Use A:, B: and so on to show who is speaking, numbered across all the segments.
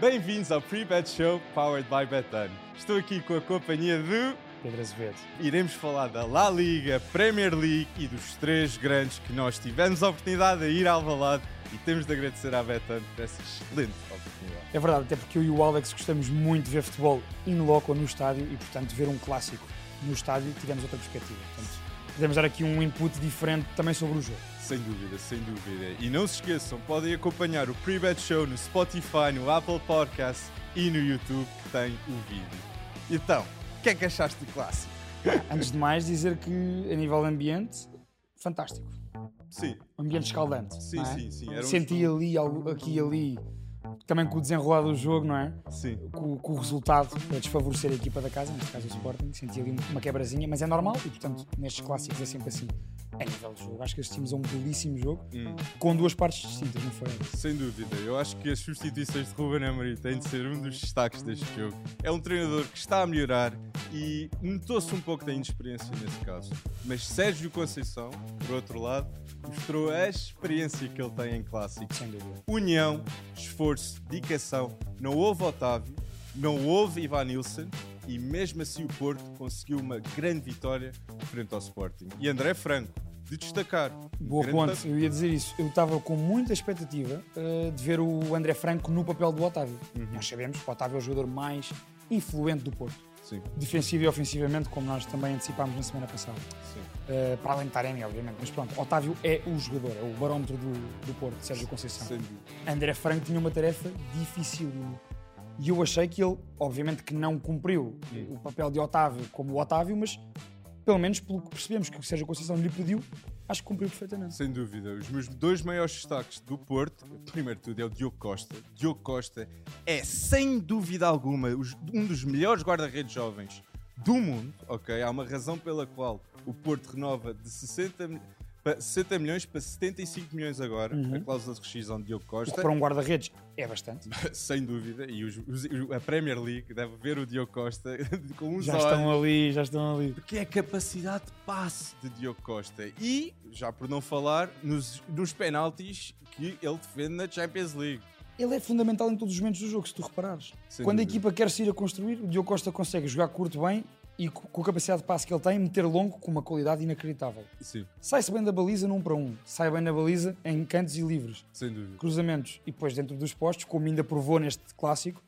A: Bem-vindos ao Pre-Bet Show Powered by Betano. Estou aqui com a companhia do.
B: Pedro Azevedo.
A: Iremos falar da La Liga, Premier League e dos três grandes que nós tivemos a oportunidade de ir ao Valado e temos de agradecer à Betano por essa excelente oportunidade.
B: É verdade, até porque eu e o Alex gostamos muito de ver futebol in loco no estádio e, portanto, ver um clássico no estádio tivemos outra perspectiva. Portanto, podemos dar aqui um input diferente também sobre o jogo.
A: Sem dúvida, sem dúvida. E não se esqueçam, podem acompanhar o Pre-Bet Show no Spotify, no Apple Podcasts e no YouTube que tem o vídeo. Então, o que é que achaste do clássico?
B: Antes de mais, dizer que, a nível de ambiente, fantástico.
A: Sim,
B: Um ambiente escaldante.
A: Sim,
B: não é?
A: sim, sim, era um
B: Senti ali, algo- aqui e ali, também com o desenrolar do jogo, não é?
A: sim.
B: Com, com o resultado para desfavorecer a equipa da casa, neste caso o Sporting, senti ali uma quebrazinha, mas é normal e, portanto, nestes clássicos é sempre assim. A nível de jogo, acho que assistimos a um belíssimo jogo
A: Hum.
B: com duas partes distintas, não foi?
A: Sem dúvida, eu acho que as substituições de Ruben Amorim têm de ser um dos destaques deste jogo. É um treinador que está a melhorar e notou-se um pouco da inexperiência nesse caso. Mas Sérgio Conceição, por outro lado, mostrou a experiência que ele tem em clássicos.
B: Sem dúvida.
A: União, esforço, dedicação. Não houve Otávio, não houve Ivanilson e mesmo assim o Porto conseguiu uma grande vitória frente ao Sporting. E André Franco, de destacar. um
B: Boa
A: grande
B: ponte, eu ia dizer isso. Eu estava com muita expectativa eh, de ver o André Franco no papel do Otávio.
A: Uhum.
B: Nós sabemos que o Otávio é o jogador mais influente do Porto,
A: Sim,
B: defensivo e ofensivamente, como nós também antecipámos na semana passada.
A: sim.
B: Eh, para além de Taremi, obviamente, mas pronto, Otávio é o jogador, é o barómetro do, do Porto, Sérgio Conceição.
A: Sem dúvida.
B: André Franco tinha uma tarefa dificílima. E eu achei que ele, obviamente, que não cumpriu
A: Sim.
B: o papel de Otávio como o Otávio, mas pelo menos pelo que percebemos que o Sérgio Conceição lhe pediu, acho que cumpriu perfeitamente.
A: Sem dúvida, os meus dois maiores destaques do Porto, primeiro de tudo é o Diogo Costa. Diogo Costa é, sem dúvida alguma, os- um dos melhores guarda-redes jovens do mundo, ok? Há uma razão pela qual o Porto renova de 60, mi- pa- 60 milhões para 75 milhões agora,
B: Uhum.
A: a cláusula de rescisão de Diogo
B: O
A: Costa,
B: que para um guarda-redes é bastante.
A: sem dúvida, e os- os- a Premier League deve ver o Diogo Costa com uns
B: Já
A: olhos
B: estão ali, já estão ali.
A: que é a capacidade de passe de Diogo Costa. E, já por não falar, nos, nos penaltis que ele defende na Champions League.
B: Ele é fundamental em todos os momentos do jogo, se tu reparares.
A: Sem
B: Quando
A: dúvida.
B: a equipa quer se ir a construir, o Diogo Costa consegue jogar curto bem e co- com a capacidade de passe que ele tem, meter longo com uma qualidade inacreditável.
A: Sim,
B: Sai-se bem da baliza num para um, sai bem na baliza em cantos e livres.
A: sem dúvida.
B: cruzamentos e depois dentro dos postos, como ainda provou neste clássico,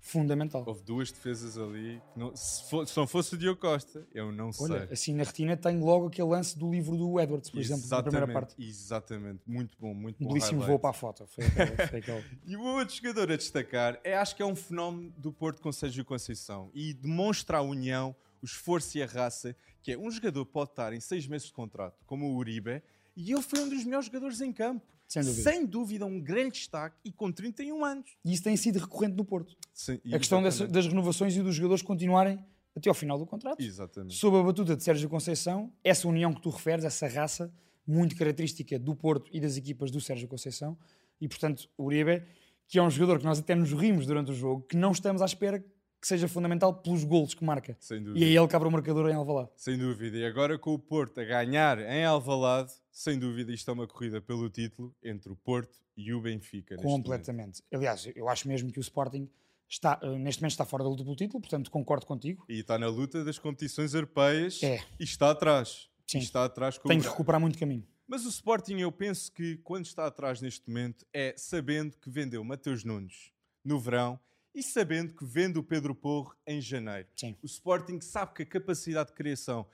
B: fundamental.
A: Houve duas defesas ali. que não- se, fo- se não fosse o Diogo Costa, eu não
B: Olha,
A: sei.
B: assim na retina tenho logo aquele lance do livro do Edwards, por exemplo, na primeira parte.
A: exatamente. Muito bom, muito
B: Um
A: bom.
B: belíssimo
A: highlight.
B: voo para a foto. Foi aquele, foi aquele.
A: E o outro jogador a destacar é acho que é um fenómeno do Porto com Sérgio Conceição e demonstra a união, o esforço e a raça, que é um jogador pode estar em seis meses de contrato, como o Uribe, e ele foi um dos melhores jogadores em campo.
B: Sem dúvida.
A: Sem dúvida, um grande destaque e com 31 anos.
B: E isso tem sido recorrente no Porto.
A: Sem-
B: A questão dessa-
A: exatamente.
B: das renovações e dos jogadores continuarem até ao final do contrato.
A: Exatamente.
B: Sob a batuta de Sérgio Conceição, essa união que tu referes, essa raça muito característica do Porto e das equipas do Sérgio Conceição, e portanto o Uribe, que é um jogador que nós até nos rimos durante o jogo, que não estamos à espera que seja fundamental pelos golos que marca.
A: Sem
B: E
A: dúvida.
B: é ele que abre o marcador em Alvalade.
A: Sem dúvida. E agora com o Porto a ganhar em Alvalade, sem dúvida isto é uma corrida pelo título entre o Porto e o Benfica. neste momento.
B: Completamente. Aliás, eu acho mesmo que o Sporting está, eh, neste momento está fora da luta pelo título, portanto concordo contigo.
A: E está na luta das competições europeias
B: É.
A: e está atrás.
B: Sim.
A: E está atrás com
B: Tem
A: o-
B: que recuperar muito caminho.
A: Mas o Sporting, eu penso que quando está atrás neste momento é sabendo que vendeu Mateus Nunes no verão e sabendo que vende o Pedro Porro em janeiro.
B: Sim.
A: O Sporting sabe que a capacidade de criação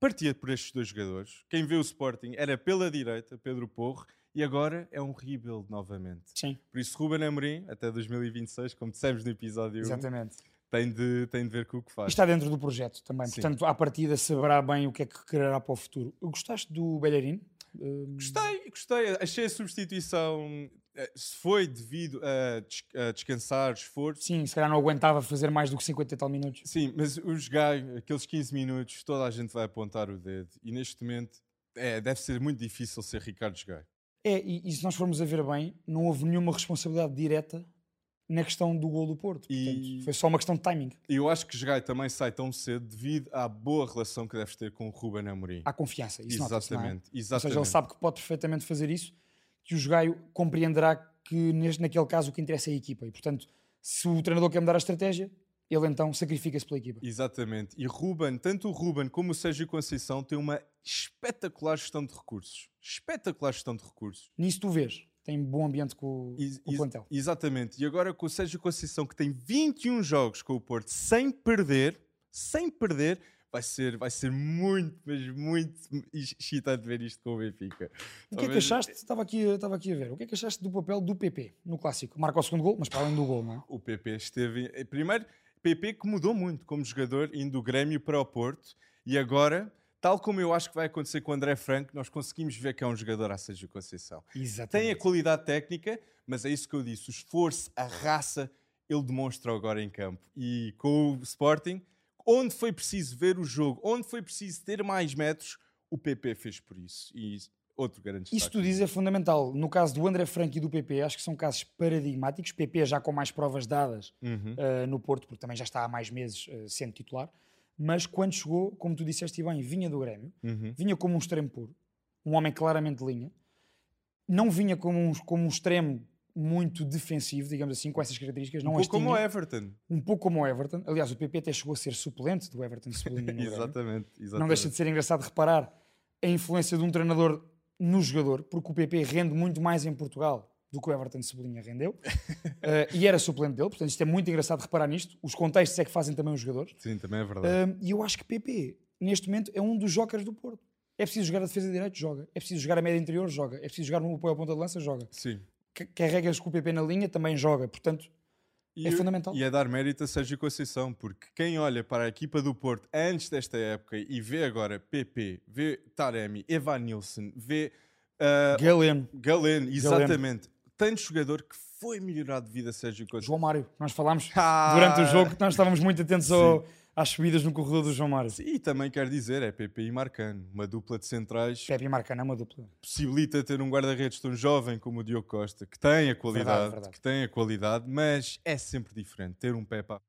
A: partia por estes dois jogadores. Quem vê o Sporting era pela direita, Pedro Porro, e agora é um rebuild novamente.
B: Sim,
A: Por isso, Ruben Amorim, até 2026, como dissemos no episódio 1,
B: exatamente.
A: tem de, tem de ver com o que
B: E
A: faz.
B: está dentro do projeto também,
A: Sim.
B: portanto, à partida saberá bem o que é que quererá para o futuro. Gostaste do Bellerin? Eh,
A: Gostei, gostei. Achei a substituição. eh, Se foi devido a, des- a descansar, esforço.
B: Sim, se calhar não aguentava fazer mais do que 50 e tal minutos.
A: Sim, mas os gajos, aqueles 15 minutos, toda a gente vai apontar o dedo. E neste momento, é, deve ser muito difícil ser Ricardo Gaio.
B: É, e, e se nós formos a ver bem, não houve nenhuma responsabilidade direta na questão do gol do Porto.
A: E-
B: Portanto, foi só uma questão de timing.
A: E eu acho que Gaio também sai tão cedo devido à boa relação que deves ter com o Ruben Amorim.
B: Há confiança. Ah, Isso nota-se, não é?
A: exatamente,
B: Ou seja,
A: exatamente.
B: ele sabe que pode perfeitamente fazer isso, que o Jogaio compreenderá que neste, naquele caso o que interessa é a equipa. E, portanto, Se o treinador quer mudar a estratégia, ele então sacrifica-se pela equipa.
A: Exatamente. E Ruben, tanto o Ruben como o Sérgio Conceição têm uma espetacular gestão de recursos. Espetacular gestão de recursos.
B: Nisso tu vês, tem bom ambiente com, o-
A: Ex-
B: com o
A: ex-
B: plantel.
A: Exatamente. E agora com o Sérgio Conceição, que tem 21 jogos com o Porto sem perder, sem perder, vai ser, vai ser muito, mas muito excitante ver isto com o Benfica.
B: O que é que
A: Talvez-
B: achaste? Estava aqui, estava aqui a ver. O que é que achaste do papel do PP no clássico? Marca o segundo gol, mas para além do gol, não é?
A: O PP esteve. eh, Primeiro, PP que mudou muito como jogador, indo do Grêmio para o Porto, e agora. Tal como eu acho que vai acontecer com o André Franco, nós conseguimos ver que é um jogador a Sérgio Conceição.
B: Exatamente.
A: Tem a qualidade técnica, mas é isso que eu disse: o esforço, a raça, ele demonstra agora em campo. E com o Sporting, onde foi preciso ver o jogo, onde foi preciso ter mais metros, o PP fez por isso. E outro grande
B: Isso
A: destaque.
B: tu dizes é fundamental. No caso do André Franco e do PP, acho que são casos paradigmáticos. PP já com mais provas dadas
A: Uhum.
B: eh, no Porto, porque também já está há mais meses eh, sendo titular. Mas quando chegou, como tu disseste e bem, vinha do Grêmio,
A: Uhum.
B: vinha como um extremo puro, um homem claramente de linha, não vinha como um, como um extremo muito defensivo, digamos assim, com essas características. Não
A: Um
B: as
A: pouco como o
B: tinha.
A: Everton.
B: um pouco como o Everton. Aliás, o PP até chegou a ser suplente do Everton sublinho no Grêmio.
A: Exatamente, exatamente.
B: Não deixa de ser engraçado reparar a influência de um treinador no jogador, porque o PP rende muito mais em Portugal do que o Everton Cebolinha rendeu Eh, e era suplente dele, portanto isto é muito engraçado reparar nisto. Os contextos é que fazem também os jogadores.
A: Sim, também é verdade.
B: Eh, E eu acho que PP, neste momento, é um dos jokers do Porto. É preciso jogar a defesa de direito? Joga. É preciso jogar a média interior? Joga. É preciso jogar no apoio à ponta de lança? Joga.
A: Sim.
B: Ca- Carregas com o PP na linha? Também joga. Portanto,
A: E
B: É
A: eu-
B: fundamental.
A: E a dar mérito a Sérgio Conceição, porque quem olha para a equipa do Porto antes desta época e vê agora PP, vê Taremi, Evan Nilsson, vê ah,
B: Galeno,
A: Galeno, exatamente. Tanto jogador que foi melhorar de vida Sérgio Conceição.
B: João Mário, nós falámos
A: Ah!
B: durante o jogo que nós estávamos muito atentos ao- às subidas no corredor do João Mário.
A: E também quer dizer, é PP e Marcano, uma dupla de centrais que
B: Pepe e Marcano é uma dupla.
A: possibilita ter um guarda-redes tão jovem como o Diogo Costa, que tem a qualidade,
B: verdade.
A: que tem a qualidade, mas é sempre diferente ter um Pepa.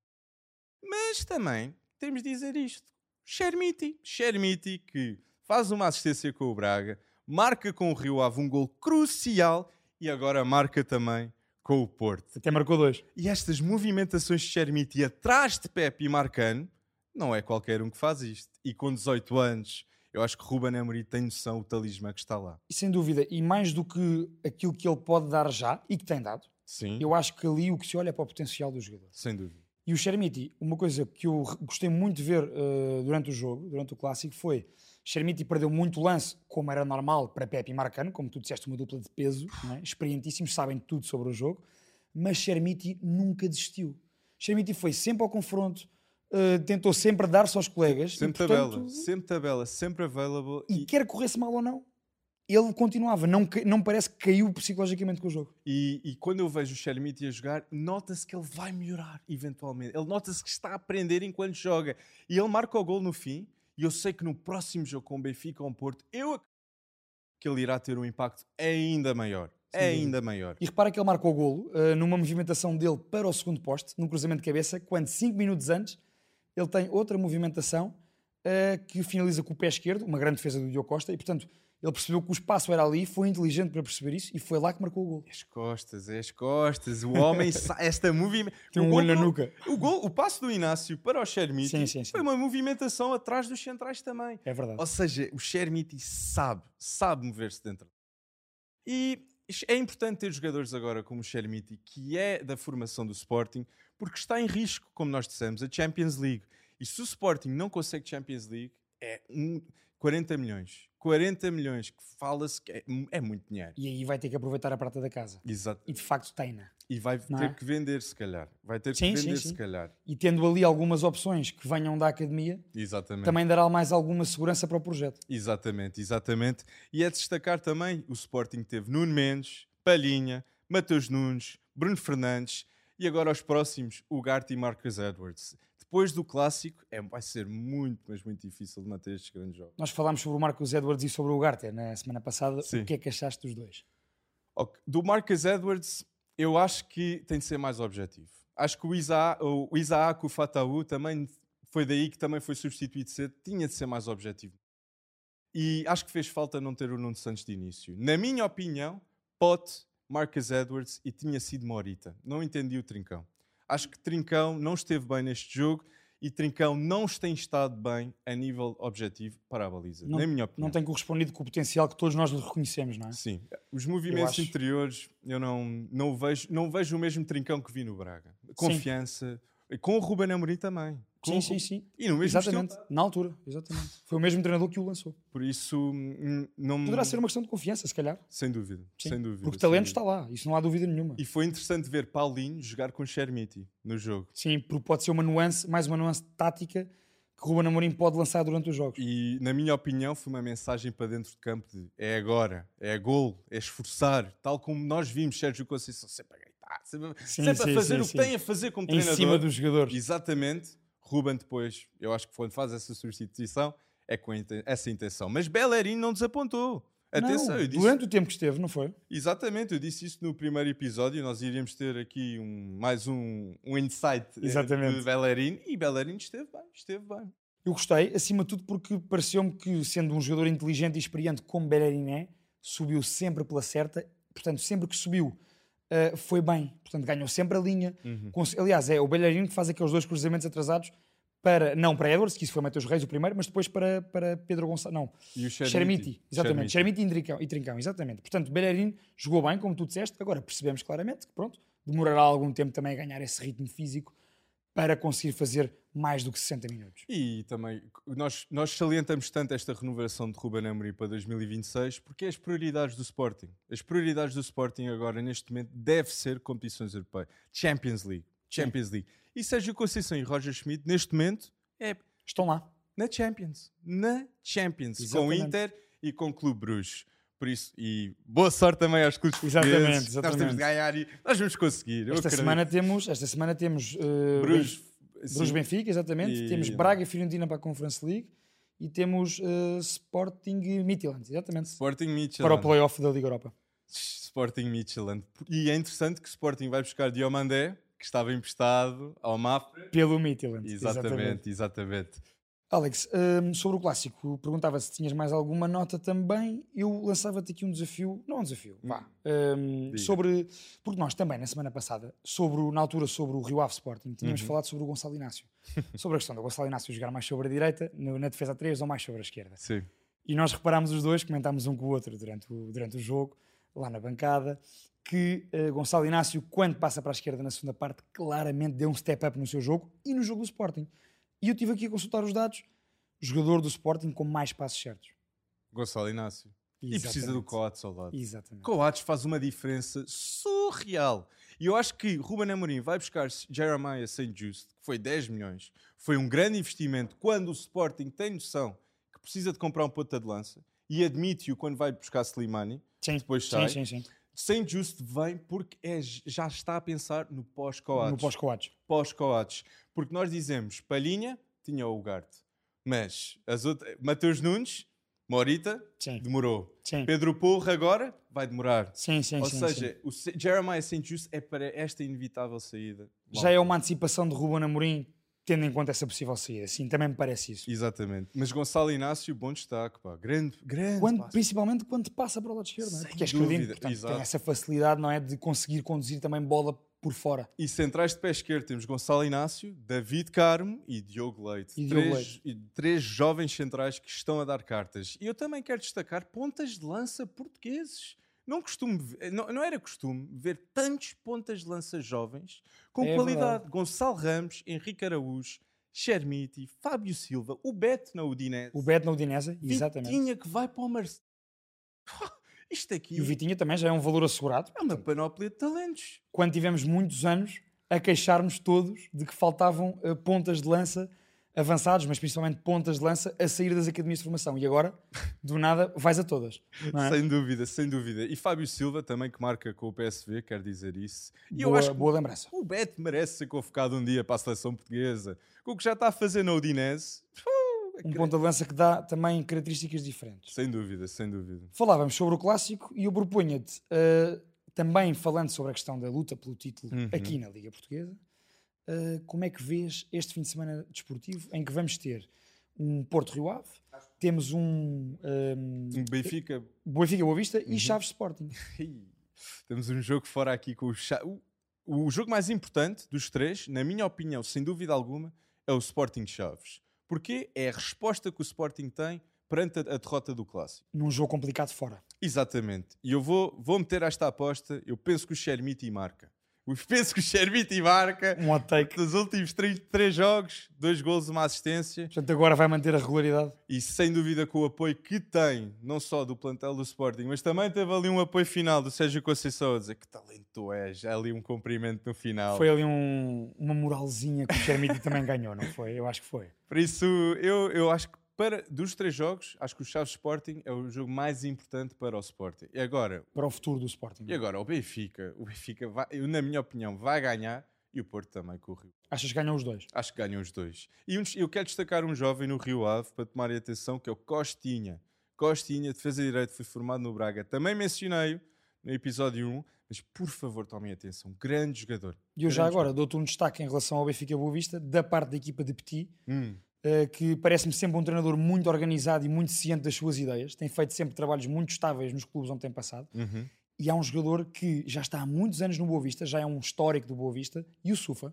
A: Mas também temos de dizer isto. Chermiti, Chermiti que faz uma assistência com o Braga, marca com o Rio Ave um gol crucial e agora marca também com o Porto.
B: Até marcou dois.
A: E estas movimentações de Chermiti atrás de Pepe e Marcano, não é qualquer um que faz isto. E com 18 anos, eu acho que Ruben Amorim tem noção do talismã que está lá.
B: E sem dúvida, e mais do que aquilo que ele pode dar já e que tem dado,
A: Sim,
B: eu acho que ali o que se olha é para o potencial do jogador.
A: sem dúvida.
B: E o Chermiti, uma coisa que eu re- gostei muito de ver eh, durante o jogo, durante o clássico, foi Chermiti perdeu muito lance, como era normal para Pepe e Marcano, como tu disseste, uma dupla de peso, não é? experientíssimos, sabem tudo sobre o jogo, mas Chermiti nunca desistiu. Chermiti foi sempre ao confronto, eh, tentou sempre dar-se aos colegas. e,
A: Sempre tabela,
B: portanto,
A: sempre tabela, sempre available.
B: e
A: E,
B: quer corresse mal ou não, ele continuava. Não, ca- não parece que caiu psicologicamente com o jogo.
A: e, e quando eu vejo o Chermiti a jogar, nota-se que ele vai melhorar eventualmente. Ele nota-se que está a aprender enquanto joga. E ele marca o gol no fim. E eu sei que no próximo jogo com o Benfica ou com o Porto, eu acredito que ele irá ter um impacto ainda maior.
B: dúvida.
A: ainda maior.
B: E repara que ele marcou o golo eh, numa movimentação dele para o segundo poste, num cruzamento de cabeça, quando 5 minutos antes ele tem outra movimentação eh, que finaliza com o pé esquerdo, uma grande defesa do Diogo Costa, e portanto ele percebeu que o espaço era ali, foi inteligente para perceber isso e foi lá que marcou o golo.
A: As costas, é as costas. O homem, sa- esta movimentação.
B: Tem um olho na nuca.
A: O, gol, o passo do Inácio para o
B: Sim,
A: Chermiti
B: sim, sim.
A: foi uma movimentação atrás dos centrais também.
B: É verdade.
A: Ou seja, o Chermiti sabe, sabe mover-se dentro. E isto- é importante ter jogadores agora como o Chermiti, que é da formação do Sporting, porque está em risco, como nós dissemos, a Champions League. E se o Sporting não consegue Champions League, é um- 40 milhões. 40 milhões, que fala-se que é, é muito dinheiro.
B: E aí vai ter que aproveitar a prata da casa.
A: Exato.
B: E de facto tem-na.
A: E vai
B: Não
A: ter
B: é?
A: que vender, se calhar. Vai ter que
B: Sim, sim,
A: vender,
B: sim.
A: se calhar.
B: E tendo ali algumas opções que venham da academia,
A: Exatamente.
B: também dará mais alguma segurança para o projeto.
A: Exatamente, exatamente. E é de destacar também o Sporting teve Nuno Mendes, Palhinha, Matheus Nunes, Bruno Fernandes e agora os próximos, o Garte e Marcus Edwards. Depois do clássico, é, vai ser muito, mas muito difícil de manter estes grandes jogos.
B: Nós falámos sobre o Marcos Edwards e sobre o Ugarte na semana passada.
A: Sim.
B: O que é que achaste dos dois?
A: Ok, Do Marcus Edwards, eu acho que tem de ser mais objetivo. Acho que o Isa- o Isaac, o Fataú também foi daí que também foi substituído cedo, tinha de ser mais objetivo. E acho que fez falta não ter o Nuno Santos de início. Na minha opinião, Pote, Marcus Edwards e tinha sido Morita. Não entendi o trincão. Acho que Trincão não esteve bem neste jogo e Trincão não tem estado bem a nível objetivo para a baliza,
B: Não-
A: na minha opinião.
B: Não tem correspondido com o potencial que todos nós lhe reconhecemos, não é?
A: É. Sim, os movimentos
B: acho.
A: interiores eu não, não, o vejo, não vejo o mesmo Trincão que vi no Braga. Confiança, e com o Ruben Amorim também. Com
B: Sim,
A: o-
B: sim, sim.
A: E no mesmo estilo.
B: Exatamente. Na altura, exatamente. Foi o mesmo treinador que o lançou.
A: Por isso, hum, não
B: Poderá ser uma questão de confiança, se calhar.
A: Sem dúvida,
B: Sim.
A: sem dúvida.
B: Porque
A: sem
B: talento
A: dúvida.
B: está lá, isso não há dúvida nenhuma.
A: E foi interessante ver Paulinho jogar com Chermiti no jogo.
B: Sim, porque pode ser uma nuance, mais uma nuance tática que Ruben Amorim pode lançar durante os jogos.
A: E, na minha opinião, foi uma mensagem para dentro de campo de é agora, é gol, é esforçar, tal como nós vimos Sérgio Conceição sempre a gritar, sempre, a-
B: Sim,
A: sempre
B: sim,
A: a fazer
B: sim,
A: o
B: sim.
A: que tem a fazer como
B: Em
A: treinador.
B: cima dos jogadores.
A: Exatamente. Ruben depois, eu acho que quando faz essa substituição, é com a inten- essa intenção. Mas Bellerin não desapontou.
B: Não,
A: Atenção, eu disse
B: Durante o tempo que esteve, não foi?
A: Exatamente, eu disse isso no primeiro episódio. Nós iríamos ter aqui um, mais um, um insight eh,
B: Exatamente.
A: de Bellerin e Bellerin esteve bem, esteve bem.
B: Eu gostei, acima de tudo, porque pareceu-me que, sendo um jogador inteligente e experiente como Bellerin é, subiu sempre pela certa, portanto, sempre que subiu ah, foi bem, portanto, ganhou sempre a linha. Cons- Aliás, é o Bellerin que faz aqueles dois cruzamentos atrasados para, não para Edwards, que isso foi Mateus Reis o primeiro, mas depois para, para Pedro Gonçalves, não,
A: E o
B: Chermiti, exatamente,
A: Chermiti.
B: Chermiti e Trincão, e Trincão, exatamente. Portanto, Bellerin jogou bem, como tu disseste, agora percebemos claramente que, pronto, demorará algum tempo também a ganhar esse ritmo físico para conseguir fazer mais do que 60 minutos.
A: E também, c- nós, nós salientamos tanto esta renovação de Ruben Amorim para 2026 porque é as prioridades do Sporting. As prioridades do Sporting agora, neste momento, deve ser competições europeias. Champions League. Champions League. E Sérgio Conceição e Roger Schmidt, neste momento, é
B: Estão lá.
A: na Champions. Na Champions. Com
B: Exatamente.
A: Inter e com Clube Bruges. Por isso, e boa sorte também aos clubes
B: Exatamente,
A: portugueses. Nós temos
B: exatamente.
A: de ganhar e nós vamos conseguir. eu
B: Esta
A: acredito.
B: semana temos, esta semana temos eh,
A: Bruges.
B: Benf-
A: sim.
B: Bruges Benfica, exatamente.
A: E-
B: Temos Braga e Fiorentina para a Conference League e temos eh, Sporting e Midtjylland, exatamente.
A: Sporting Mitchell.
B: Para o playoff da Liga Europa.
A: Sporting Midtjylland. E é interessante que o Sporting vai buscar Diomandé, que estava emprestado ao Mafra.
B: Pelo Midtjylland.
A: Exatamente, exatamente.
B: Alex, hum, sobre o clássico, perguntava se tinhas mais alguma nota também. Eu lançava-te aqui um desafio, não um desafio, vá. Hum,
A: diga.
B: sobre, porque nós também, na semana passada, sobre o- na altura sobre o Rio Ave Sporting, tínhamos
A: Uhum.
B: falado sobre o Gonçalo Inácio. sobre a questão do Gonçalo Inácio jogar mais sobre a direita, no- na defesa a 3 ou mais sobre a esquerda.
A: Sim.
B: E nós reparámos os dois, comentámos um com o outro durante o, durante o jogo, lá na bancada, que eh, Gonçalo Inácio, quando passa para a esquerda na segunda parte, claramente deu um step up no seu jogo e no jogo do Sporting. E eu estive aqui a consultar os dados. Jogador do Sporting com mais passos certos.
A: Gonçalo Inácio. E precisa do Coates ao lado.
B: Exatamente.
A: Coates faz uma diferença surreal. E eu acho que Ruben Amorim vai buscar Jeremiah St. Just, que foi 10 milhões. Foi um grande investimento quando o Sporting tem noção que precisa de comprar um ponta de lança e admite-o quando vai buscar Slimani.
B: Sim,
A: Depois
B: sim,
A: sai.
B: sim, sim.
A: St. Just vem porque é- já está a pensar no pós-Coates.
B: No pós-coates.
A: pós-coates. Porque nós dizemos Palhinha tinha o Ugarte, mas as outras, Mateus Nunes, Morita,
B: Sim.
A: demorou.
B: Sim.
A: Pedro Porro agora vai demorar.
B: Sim, sim,
A: Ou
B: sim,
A: seja,
B: sim.
A: o Se- Jeremiah St. Just é para esta inevitável saída.
B: Já é uma antecipação de Ruben Amorim, tendo em conta essa possível saída. Sim, também me parece isso.
A: Exatamente. Mas Gonçalo Inácio, bom destaque, pá. Grande, grande.
B: Quando-
A: passe.
B: principalmente quando passa para o lado esquerdo, não é?
A: Sem
B: porque é esquerdino,
A: dúvida,
B: portanto,
A: exato.
B: tem essa facilidade não é, de conseguir conduzir também bola por fora.
A: E centrais de pé esquerdo temos Gonçalo Inácio, David Carmo e Diogo Leite.
B: E Diogo
A: três, e três jovens centrais que estão a dar cartas. E eu também quero destacar pontas de lança portugueses. Não costumo, ver- não, não era costume ver tantos pontas de lança jovens com
B: É
A: qualidade.
B: verdade.
A: Gonçalo Ramos, Henrique Araújo, Chermiti, Fábio Silva, o Beto na Udinese.
B: O Beto na Udinese, exatamente.
A: Vitinha que vai para o Marcelo. Isto aqui
B: E o Vitinha também já é um valor assegurado.
A: é uma panóplia de talentos.
B: Quando tivemos muitos anos a queixarmos todos de que faltavam eh, pontas de lança avançados, mas principalmente pontas de lança a sair das academias de formação. E agora, do nada, vais a todas. não é?
A: Sem dúvida, sem dúvida. E Fábio Silva também que marca com o PSV, quer dizer isso. E eu
B: Boa-
A: acho que
B: boa lembrança.
A: o Beto merece ser convocado um dia para a seleção portuguesa. Com o que já está a fazer na Udinese, uh, é
B: Um ponta de lança que dá também características diferentes.
A: sem dúvida, sem dúvida.
B: Falávamos sobre o clássico e eu proponho-te, eh, também falando sobre a questão da luta pelo título
A: Uhum.
B: aqui na Liga Portuguesa, eh, como é que vês este fim de semana desportivo em que vamos ter um Porto Rio Ave, temos um, um
A: Um Benfica, Uhum.
B: Boa Vista e Chaves Sporting.
A: Ih, temos um jogo fora aqui com o Chaves. O jogo mais importante dos três, na minha opinião, sem dúvida alguma, é o Sporting Chaves. Porque é a resposta que o Sporting tem perante a, a derrota do Clássico.
B: Num jogo complicado fora.
A: Exatamente. E eu vou, vou meter esta aposta. Eu penso que o Xermiti marca. Eu penso que o Xermiti marca.
B: Um hot take.
A: Nos últimos três, três jogos, dois gols, uma assistência.
B: Portanto, agora vai manter a regularidade.
A: E sem dúvida com o apoio que tem, não só do plantel do Sporting, mas também teve ali um apoio final do Sérgio Conceição a dizer que talento tu és. Ali um cumprimento no final.
B: Foi ali um- uma moralzinha que o Xermiti também ganhou, não foi? Eu acho que foi.
A: Por isso, eu, eu acho que para, dos três jogos, acho que o Chaves Sporting é o jogo mais importante para o Sporting. E agora,
B: Para o futuro do Sporting.
A: e agora o Benfica, o Benfica vai- eu, na minha opinião, vai ganhar e o Porto também com o Rio.
B: Achas que ganham os dois?
A: Acho que ganham os dois. E um- eu quero destacar um jovem no Rio Ave para tomarem atenção, que é o Costinha. Costinha, defesa de direito, foi formado no Braga. Também mencionei-o no episódio 1, mas por favor tomem atenção. Grande jogador.
B: E eu já
A: Grande
B: agora dou-te um destaque em relação ao Benfica Boa Vista, da parte da equipa de Petit,
A: Hum,
B: eh, que parece-me sempre um treinador muito organizado e muito ciente das suas ideias. Tem feito sempre trabalhos muito estáveis nos clubes onde tem passado.
A: uhum.
B: E há um jogador que já está há muitos anos no Boa Vista, já é um histórico do Boa Vista, e o Sufa.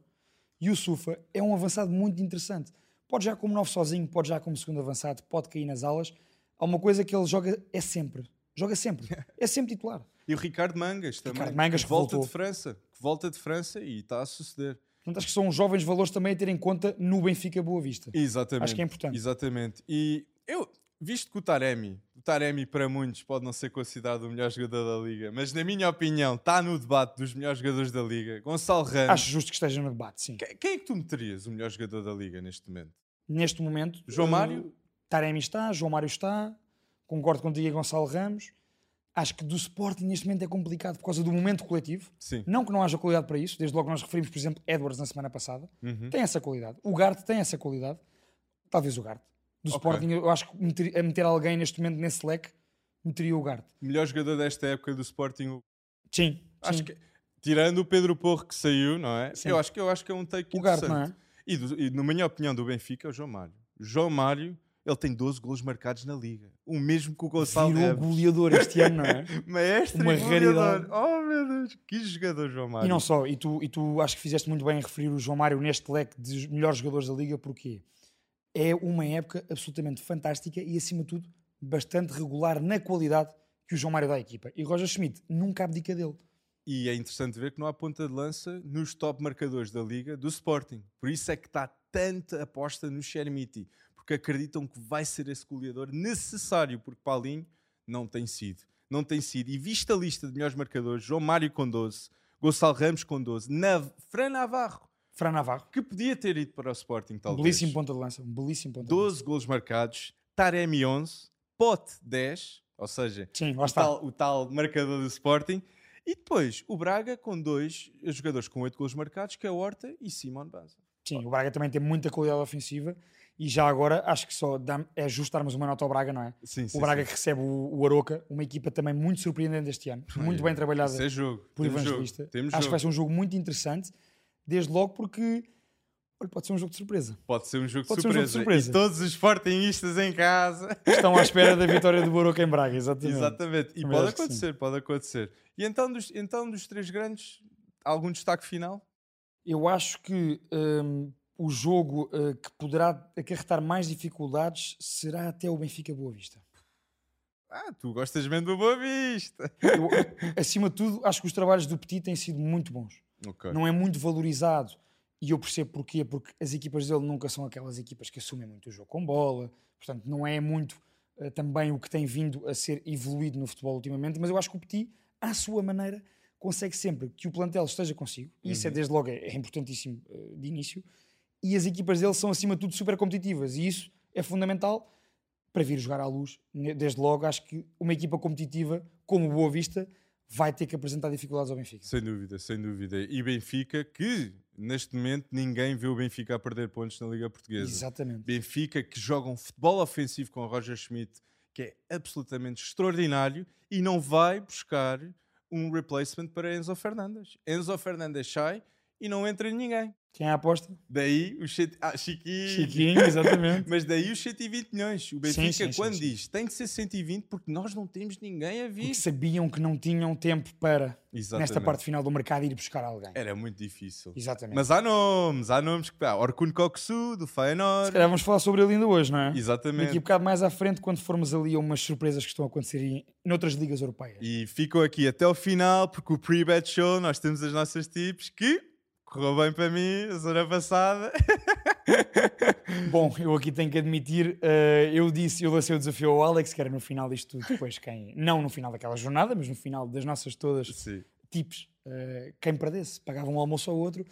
B: E o Sufa é um avançado muito interessante. Pode já como novo sozinho, pode já como segundo avançado, pode cair nas alas. Há uma coisa que ele joga é sempre. Joga sempre. É sempre titular.
A: E o Ricardo Mangas também.
B: Ricardo Mangas
A: que
B: que
A: volta
B: voltou.
A: de França. Que volta de França e está a suceder.
B: Portanto, acho que são jovens valores também a ter em conta no Benfica Boa Vista.
A: Exatamente.
B: Acho que é importante.
A: Exatamente. E eu, visto que o Taremi, o Taremi para muitos pode não ser considerado o melhor jogador da liga, mas na minha opinião está no debate dos melhores jogadores da liga. Gonçalo Ramos.
B: Acho justo que esteja no debate, sim.
A: Que- Quem é que tu meterias o melhor jogador da liga neste momento?
B: Neste momento...
A: João
B: eh,
A: Mário?
B: Taremi está, João Mário está, concordo contigo e Gonçalo Ramos. Acho que do Sporting neste momento é complicado por causa do momento coletivo.
A: Sim.
B: Não que não haja qualidade para isso, desde logo nós referimos, por exemplo, Edwards na semana passada,
A: Uhum.
B: tem essa qualidade. O Garte tem essa qualidade. Talvez o Garte. Do
A: Ok.
B: Sporting, eu acho que meter, a meter alguém neste momento nesse leque, meteria o Garte.
A: Melhor jogador desta época do Sporting. o-
B: Sim, sim.
A: Acho que é tirando o Pedro Porro que saiu, não é?
B: Sim.
A: Eu acho que eu acho que é um take
B: o Garte,
A: interessante.
B: não é?
A: E, do- e na minha opinião do Benfica é o João Mário. João Mário, ele tem 12 gols marcados na liga. O mesmo que o Gonçalo
B: Virou
A: Ramos.
B: goleador este ano, não é?
A: Maestro
B: Uma
A: e goleador.
B: raridade.
A: Oh meu Deus, que jogador João Mário.
B: E não só, e tu, e tu acho que fizeste muito bem em referir o João Mário neste leque de melhores jogadores da Liga, porque é uma época absolutamente fantástica e, acima de tudo, bastante regular na qualidade que o João Mário dá à equipa. E Roger Schmidt nunca abdica dele.
A: E é interessante ver que não há ponta de lança nos top marcadores da liga do Sporting. Por isso é que está tanta aposta no Xermiti, porque acreditam que vai ser esse goleador necessário, porque Paulinho não tem sido. Não tem sido. E vista a lista de melhores marcadores, João Mário com 12, Gonçalo Ramos com 12, Nav Fran Navarro,
B: Fran Navarro,
A: que podia ter ido para o Sporting
B: um
A: talvez.
B: belíssimo ponta de lança, um belíssimo ponta de lança.
A: 12 golos marcados, Taremi 11, Pote 10, ou seja,
B: Sim, lá
A: o
B: está.
A: tal, o tal marcador do Sporting. E depois o Braga com dois jogadores com oito gols marcados, que é Horta e Simon Banza.
B: Sim, o Braga também tem muita qualidade ofensiva e já agora acho que só dá- é justo darmos uma nota ao Braga, não é?
A: Sim,
B: O Braga que recebe o, o Aroca, uma equipa também muito surpreendente este ano, muito bem trabalhada.
A: Isso é jogo.
B: por
A: Temos
B: Evangelista.
A: jogo. Temos
B: Acho que
A: jogo.
B: vai ser um jogo muito interessante, desde logo porque olha, pode ser um jogo de surpresa.
A: Pode ser um jogo de
B: Pode ser um jogo de
A: surpresa.
B: surpresa.
A: E todos os Sportingistas em casa.
B: Estão à espera da vitória do Baroca em Braga, exatamente.
A: Exatamente. E
B: Também
A: pode
B: acho que
A: acontecer, pode acontecer. E então dos, então dos três grandes, algum destaque final?
B: Eu acho que hum, o jogo eh, que poderá acarretar mais dificuldades será até o Benfica Boa Vista.
A: Ah, tu gostas mesmo do Boa Vista.
B: Eu, acima de tudo, acho que os trabalhos do Petit têm sido muito bons.
A: Ok.
B: Não é muito valorizado e eu percebo porquê, porque as equipas dele nunca são aquelas equipas que assumem muito o jogo com bola, portanto, não é muito eh, também o que tem vindo a ser evoluído no futebol ultimamente, mas eu acho que o Petit, à sua maneira, consegue sempre que o plantel esteja consigo, e isso é desde logo é, é importantíssimo eh, de início, e as equipas dele são acima de tudo super competitivas, e isso é fundamental para vir jogar à luz. Ne- Desde logo, acho que uma equipa competitiva como o Boa Vista vai ter que apresentar dificuldades ao Benfica.
A: Sem dúvida, sem dúvida. E Benfica, que neste momento ninguém vê o Benfica a perder pontos na Liga Portuguesa.
B: Exatamente.
A: Benfica, que joga um futebol ofensivo com o Roger Schmidt, que é absolutamente extraordinário, e não vai buscar um replacement para Enzo Fernandes. Enzo Fernandes sai e não entra ninguém.
B: Quem é a aposta?
A: Daí o cento- ah, Chiquinho.
B: Chiquinho, exatamente.
A: Mas daí os 120 milhões. O Benfica,
B: sim, sim,
A: quando
B: sim.
A: diz tem que ser 120 porque nós não temos ninguém a vir.
B: Porque sabiam que não tinham tempo para,
A: Exatamente.
B: nesta parte final do mercado, ir buscar alguém.
A: Era muito difícil.
B: Exatamente.
A: Mas há nomes, há nomes que. pá, Orkun Koksu, do
B: Se
A: Feyenoord.
B: calhar vamos falar sobre ele ainda hoje, não é? Daqui a
A: Exatamente.
B: bocado mais à frente, quando formos ali a umas surpresas que estão a acontecer em, noutras ligas europeias.
A: E ficam aqui até o final porque o pre-bet show nós temos as nossas tips que correu bem para mim a semana passada.
B: Bom, eu aqui tenho que admitir, eh, eu disse, eu lancei o desafio ao Alex, que era no final disto tudo, depois quem, não no final daquela jornada, mas no final das nossas todas
A: Sim.
B: tips, eh, quem perdesse, pagava um almoço ao outro.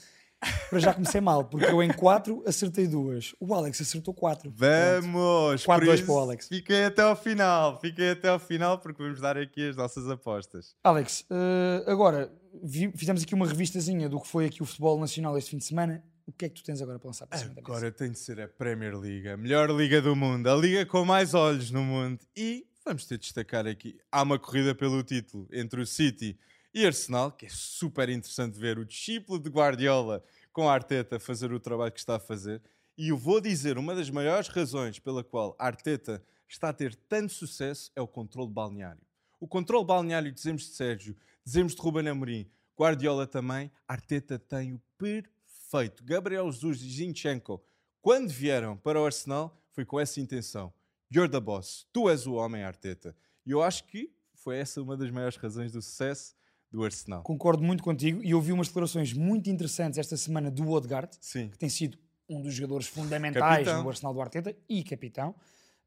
B: Para já comecei mal, porque eu em quatro acertei duas. O Alex acertou quatro. Pronto.
A: Vamos! por
B: 4-2
A: isso,
B: para o Alex.
A: Fiquei até ao final, fiquei até ao final porque vamos dar aqui as nossas apostas.
B: Alex, eh, agora vi- fizemos aqui uma revistazinha do que foi aqui o futebol nacional este fim de semana. O que é que tu tens agora para lançar para cima da mesa?
A: Agora tem de ser a Premier League, a melhor liga do mundo, a liga com mais olhos no mundo. E vamos ter de destacar aqui: há uma corrida pelo título entre o City e Arsenal, que é super interessante ver o discípulo de Guardiola com a Arteta fazer o trabalho que está a fazer. E eu vou dizer: uma das maiores razões pela qual a Arteta está a ter tanto sucesso é o controle balneário. O controle balneário, dizemos de Sérgio, dizemos de Ruben Amorim, Guardiola também, Arteta tem o perfeito. Gabriel Jesus e Zinchenko, quando vieram para o Arsenal, foi com essa intenção. You're the boss, tu és o homem, Arteta. E eu acho que foi essa uma das maiores razões do sucesso do Arsenal.
B: Concordo muito contigo e ouvi umas declarações muito interessantes esta semana do Odegaard.
A: Sim,
B: que tem sido um dos jogadores fundamentais
A: Capitão.
B: no Arsenal do Arteta e capitão.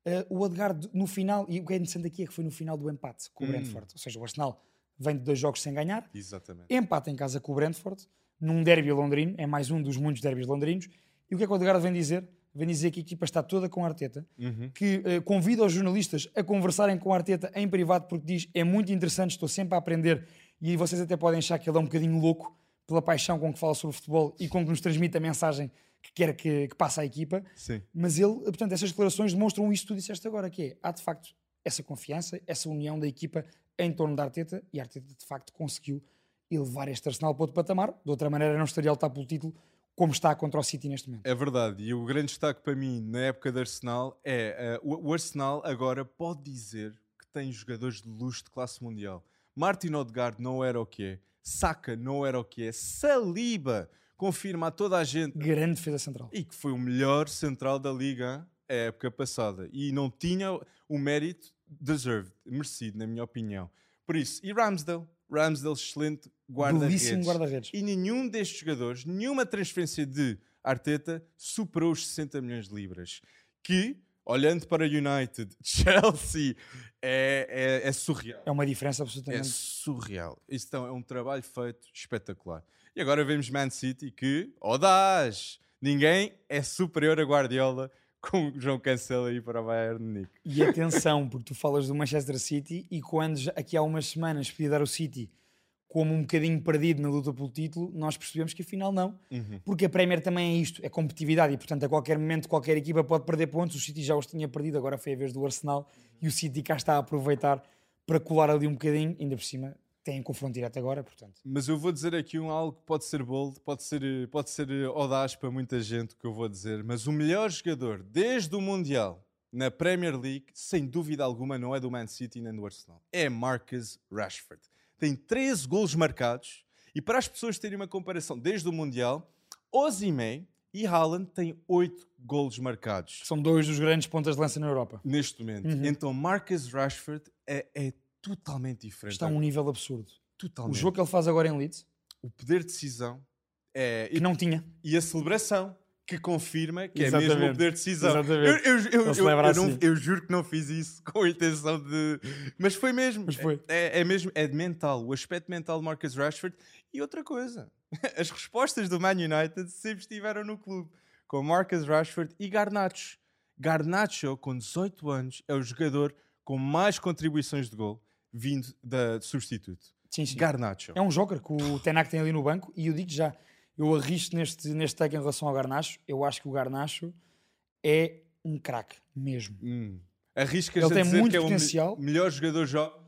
B: Eh, o Odegaard no final, e o que é interessante aqui é que foi no final do empate com o
A: Hum.
B: Brentford. Ou seja, o Arsenal vem de dois jogos sem ganhar,
A: exatamente.
B: empate em casa com o Brentford, num derby londrino, é mais um dos muitos derbys londrinos. E o que é que o Odegaard vem dizer? Vem dizer que a equipa está toda com o Arteta,
A: Uhum.
B: que eh, convida os jornalistas a conversarem com o Arteta em privado porque diz é muito interessante, estou sempre a aprender e aí vocês até podem achar que ele é um bocadinho louco pela paixão com que fala sobre o futebol e com que nos transmite a mensagem que quer que, que passe à equipa,
A: Sim.
B: mas ele, eh, portanto, essas declarações demonstram isso que tu disseste agora, que é, há de facto essa confiança, essa união da equipa em torno da Arteta e a Arteta de facto conseguiu elevar este Arsenal para outro patamar, de outra maneira não estaria a lutar pelo título como está contra o City neste momento.
A: É verdade, e o grande destaque para mim na época de Arsenal é eh, o- o Arsenal agora pode dizer que tem jogadores de luxo de classe mundial. Martin Odegaard não era o que é, Saka não era o que é, Saliba confirma a toda a gente
B: Grande defesa central.
A: e que foi o melhor central da liga a época passada e não tinha o mérito deserved, merecido, na minha opinião. Por isso, e Ramsdale, Ramsdale excelente
B: Belíssimo
A: guarda-redes.
B: guarda-redes.
A: E nenhum destes jogadores, nenhuma transferência de Arteta superou os 60 milhões de libras. Que, olhando para United, Chelsea, é, é- é surreal.
B: É uma diferença
A: É
B: absolutamente.
A: surreal. Isto então, é um trabalho feito espetacular. E agora vemos Man City que, audaz, ninguém é superior a Guardiola com o João Cancelo aí para o Bayern de Munique.
B: E atenção, porque tu falas do Manchester City e quando já- aqui há umas semanas podia dar o City como um bocadinho perdido na luta pelo título, nós percebemos que afinal não. Porque a Premier também é isto, é competitividade e portanto a qualquer momento qualquer equipa pode perder pontos. O City já os tinha perdido, agora foi a vez do Arsenal e o City cá está a aproveitar para colar ali um bocadinho, ainda por cima tem confronto direto agora, portanto.
A: Mas eu vou dizer aqui um algo que pode ser bold, pode ser, eh, pode ser eh, audaz para muita gente o que eu vou dizer, mas o melhor jogador desde o Mundial na Premier League, sem dúvida alguma, não é do Man City nem do Arsenal. É Marcus Rashford. Tem 13 golos marcados e para as pessoas terem uma comparação desde o Mundial, Osimhen e Haaland têm 8 golos marcados
B: São dois dos grandes pontas de lança na Europa.
A: neste momento.
B: Uhum.
A: Então Marcus Rashford é, é totalmente diferente.
B: Está a um nível absurdo. O
A: totalmente.
B: jogo que ele faz agora em Leeds,
A: o poder de decisão é
B: que não tinha.
A: e a celebração que confirma que é mesmo o
B: Exatamente.
A: poder de decisão.
B: Exatamente.
A: Eu, eu- eu-
B: Ele
A: eu-
B: celebra
A: eu não-
B: assim.
A: eu juro que não fiz isso com a intenção de. Mas foi mesmo.
B: Mas foi.
A: É, é mesmo, é de mental, o aspecto mental de Marcus Rashford. E outra coisa, as respostas do Man United sempre estiveram no clube, com Marcus Rashford e Garnacho. Garnacho, com 18 anos, é o jogador com mais contribuições de gol vindo da de substituto.
B: Sim, sim.
A: Garnacho.
B: É um joker que o Tenac tem ali no banco e eu digo já, eu arrisco neste, neste take em relação ao Garnacho, eu acho que o Garnacho é um craque mesmo.
A: Hum. Arriscas
B: Ele
A: a
B: tem
A: dizer
B: muito
A: que é o me-
B: potencial.
A: melhor jogador jovem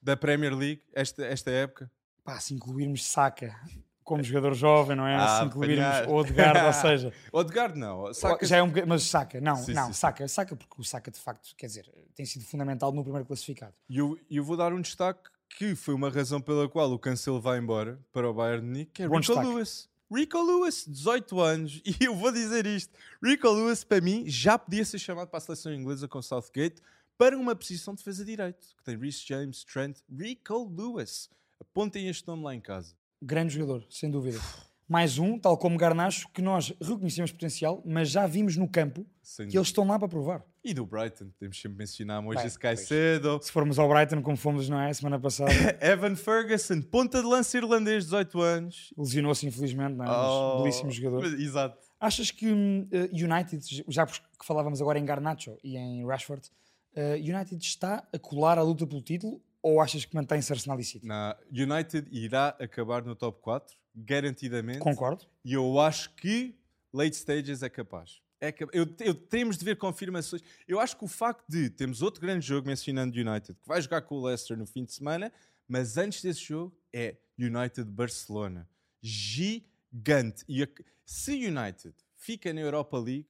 A: da Premier League esta, esta época?
B: assim Pá, se incluirmos Saka, como jogador jovem, não é?
A: Ah,
B: Se incluirmos
A: apanhar.
B: o Odegaard, ou seja,
A: Odegaard não. Saca
B: já é um bocadinho, mas saca, não,
A: Sim,
B: não,
A: sim, sim.
B: saca, saca, porque o saca de facto, quer dizer, tem sido fundamental no primeiro classificado.
A: E eu, e eu vou dar um destaque que foi uma razão pela qual o Cancelo vai embora para o Bayern de Munique, que é
B: Bom
A: Rico
B: destaque.
A: Lewis. Rico Lewis, 18 anos, e eu vou dizer isto. Rico Lewis, para mim, já podia ser chamado para a seleção inglesa com Southgate para uma posição de defesa direito, que tem Reece James, Trent, Rico Lewis. Apontem este nome lá em casa.
B: Grande jogador, sem dúvida. Mais um, tal como Garnacho, que nós reconhecemos potencial, mas já vimos no campo
A: Sem
B: que eles estão lá para provar.
A: dúvida. E do Brighton, temos sempre mencionar Moisés
B: Bem, pois.
A: Caicedo,
B: Se formos ao Brighton, como fomos, não é? Semana passada,
A: Evan Ferguson, ponta de lança irlandês, 18 anos.
B: lesionou-se infelizmente, não é? Mas
A: Oh,
B: belíssimo jogador.
A: mas- Exato.
B: Achas que hum, eh, United, j- já pos- que falávamos agora em Garnacho e em Rashford, eh, United está a colar a luta pelo título ou achas que mantém-se Arsenal e City?
A: Na United irá acabar no top 4, garantidamente.
B: Concordo.
A: E eu acho que late stages é capaz. É cap- eu, eu- temos de ver confirmações. Eu acho que o facto de temos outro grande jogo mencionando United, que vai jogar com o Leicester no fim de semana, mas antes desse jogo é United Barcelona. Gigante. E a- se United fica na Europa League,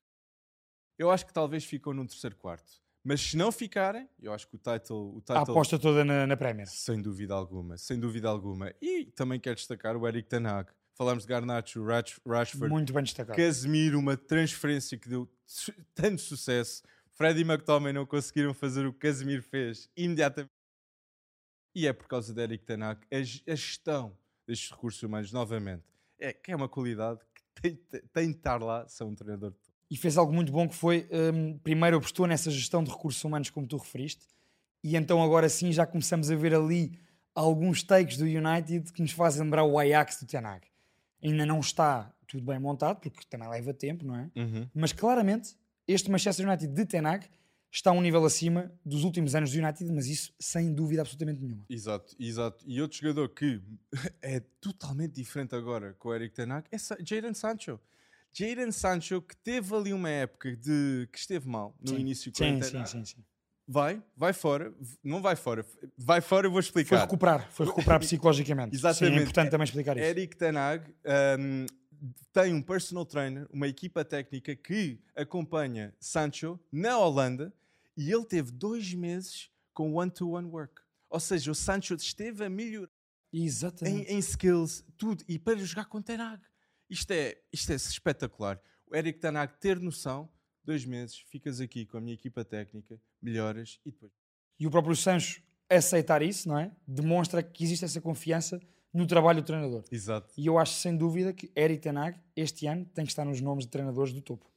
A: eu acho que talvez ficam num terceiro quarto. Mas se não ficarem, eu acho que o title, o
B: A
A: title
B: aposta toda na, na Premier.
A: sem dúvida alguma, sem dúvida alguma. E também quero destacar o Eric Ten Hag. Falámos de Garnacho, Rash- Rashford,
B: Muito Tá bem destacado.
A: Casemiro, uma transferência que deu su- tanto sucesso. Freddy McTominay não conseguiram fazer o que Casemiro fez imediatamente. E é por causa de Eric Ten Hag, a, ge- a gestão destes recursos humanos, novamente, é que é uma qualidade que tem, tem- tem de estar lá, são um treinador.
B: E fez algo muito bom que foi, hum, primeiro apostou nessa gestão de recursos humanos como tu referiste e então agora sim já começamos a ver ali alguns takes do United que nos fazem lembrar o Ajax do Ten Hag. Ainda não está tudo bem montado, porque também leva tempo, não é? Mas claramente, este Manchester United de Ten Hag está a um nível acima dos últimos anos do United, mas isso sem dúvida absolutamente nenhuma.
A: Exato, exato. E outro jogador que é totalmente diferente agora com o Eric Tanak é Sa- Jadon Sancho. Jadon Sancho, que teve ali uma época de que esteve mal no
B: Sim.
A: início com o
B: Sim,
A: Ten
B: sim,
A: Hag.
B: sim, sim.
A: Vai, vai fora, v- não vai fora, f- vai fora, eu vou
B: Foi
A: explicar.
B: recuperar, foi recuperar psicologicamente. Sim,
A: Exatamente.
B: é importante também explicar isso.
A: Eric Tanag hum, tem um personal trainer, uma equipa técnica que acompanha Sancho na Holanda e ele teve dois meses com one-to-one work. Ou seja, o Sancho esteve a melhorar. em,
B: Exatamente.
A: em skills, tudo, e para jogar com Ten Hag. Isto é, isto é espetacular. O Eric Ten Hag ter noção, dois meses, ficas aqui com a minha equipa técnica, melhoras e depois.
B: E o próprio Sancho aceitar isso, não é? Demonstra que existe essa confiança no trabalho do treinador.
A: Exato.
B: E eu acho sem dúvida que Eric Ten Hag este ano tem que estar nos nomes de treinadores do topo.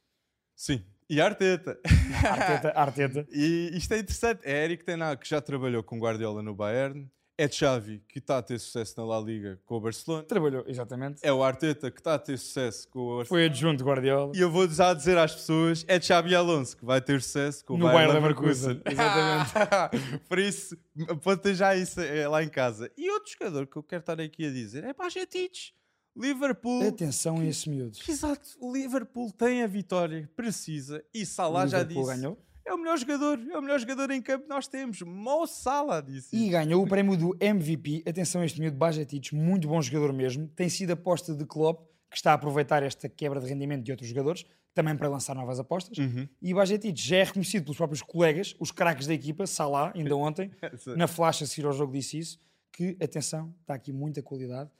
A: Sim. E Arteta.
B: Arteta, Arteta.
A: E isto é interessante. É Eric Ten Hag, que já trabalhou com Guardiola no Bayern. É Xavi, que está a ter sucesso na La Liga com o Barcelona.
B: Trabalhou, exatamente.
A: É o Arteta, que está a ter sucesso com o Arsenal.
B: Foi adjunto de Guardiola.
A: E eu vou já dizer às pessoas, é Xabi Alonso que vai ter sucesso com o
B: No
A: Bayern
B: Bayern Leverkusen.
A: Leverkusen. Por isso, aponta já isso eh, lá em casa. E outro jogador que eu quero estar aqui a dizer é Bajetic.
B: É
A: Liverpool.
B: Atenção a esse miúdo.
A: Exato, o Liverpool tem a vitória, precisa. E Salah
B: O
A: já
B: Liverpool
A: disse,
B: ganhou.
A: é o melhor jogador, é o melhor jogador em campo que nós temos. Mo Salah disse.
B: E
A: isso.
B: ganhou o prémio do MVP. Atenção a este miúdo, Bajetic, muito bom jogador mesmo. Tem sido aposta de Klopp, que está a aproveitar esta quebra de rendimento de outros jogadores, também para lançar novas apostas. E Bajetic já é reconhecido pelos próprios colegas, os craques da equipa, Salah, ainda ontem, na flash a seguir ao jogo disse isso, que, atenção, está aqui muita qualidade.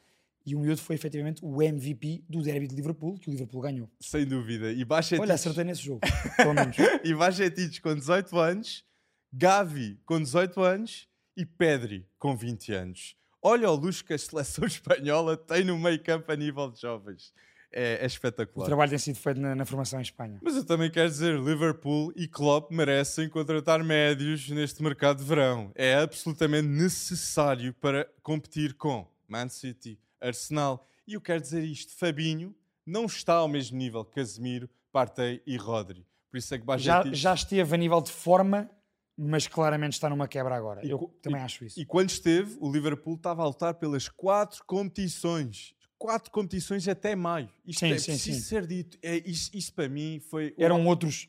B: E o miúdo foi efetivamente o MVP do derby de Liverpool, que o Liverpool ganhou.
A: Sem dúvida. E Bajetic.
B: Olha, acertei nesse jogo, pelo menos.
A: e Vajetic com 18 anos, Gavi com 18 anos e Pedri com 20 anos. Olha o luxo que a seleção espanhola tem no meio campo a nível de jovens. É, é
B: O
A: espetacular.
B: trabalho tem sido feito na, na formação em Espanha.
A: Mas eu também quero dizer, Liverpool e Klopp merecem contratar médios neste mercado de verão. É absolutamente necessário para competir com Man City, Arsenal. E eu quero dizer isto, Fabinho não está ao mesmo nível que Casemiro, Partey e Rodri. Por isso é que
B: já,
A: Bajetic...
B: já esteve a nível de forma, mas claramente está numa quebra agora.
A: E
B: Eu
A: co-
B: também acho isso.
A: E quando esteve, o Liverpool estava a lutar pelas quatro competições. Quatro competições até maio. Isto
B: Sim,
A: é
B: sim,
A: preciso
B: sim.
A: ser dito. É, isso, isso para mim foi. o-
B: Eram outros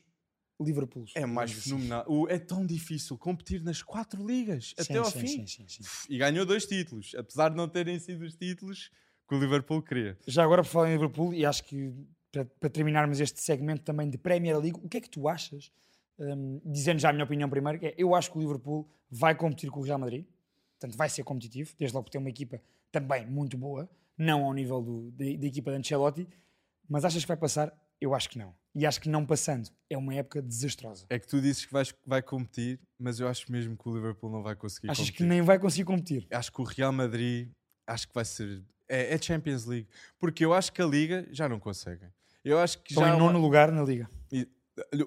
B: Liverpools.
A: é mais
B: digamos
A: fenomenal. O- é tão difícil competir nas quatro ligas
B: assim.
A: até ao
B: sim,
A: fim.
B: Sim, sim, sim, sim.
A: E ganhou dois títulos. Apesar de não terem sido os títulos que o Liverpool queria.
B: Já agora, por falar em Liverpool, e acho que para, para terminarmos este segmento também de Premier League, o que é que tu achas? Hum, dizendo já a minha opinião primeiro, que é, eu acho que o Liverpool vai competir com o Real Madrid, portanto vai ser competitivo, desde logo tem uma equipa também muito boa, não ao nível do- da da equipa de Ancelotti, mas achas que vai passar? Eu acho que não. E acho que não passando é uma época desastrosa.
A: É que tu dizes que vais, vai competir, mas eu acho mesmo que o Liverpool não vai conseguir
B: Achas que
A: competir.
B: nem vai conseguir competir?
A: Acho que o Real Madrid, acho que vai ser. É, é Champions League. Porque eu acho que a Liga já não conseguem. Eu acho que
B: Estão
A: já.
B: em nono lugar na Liga.
A: E-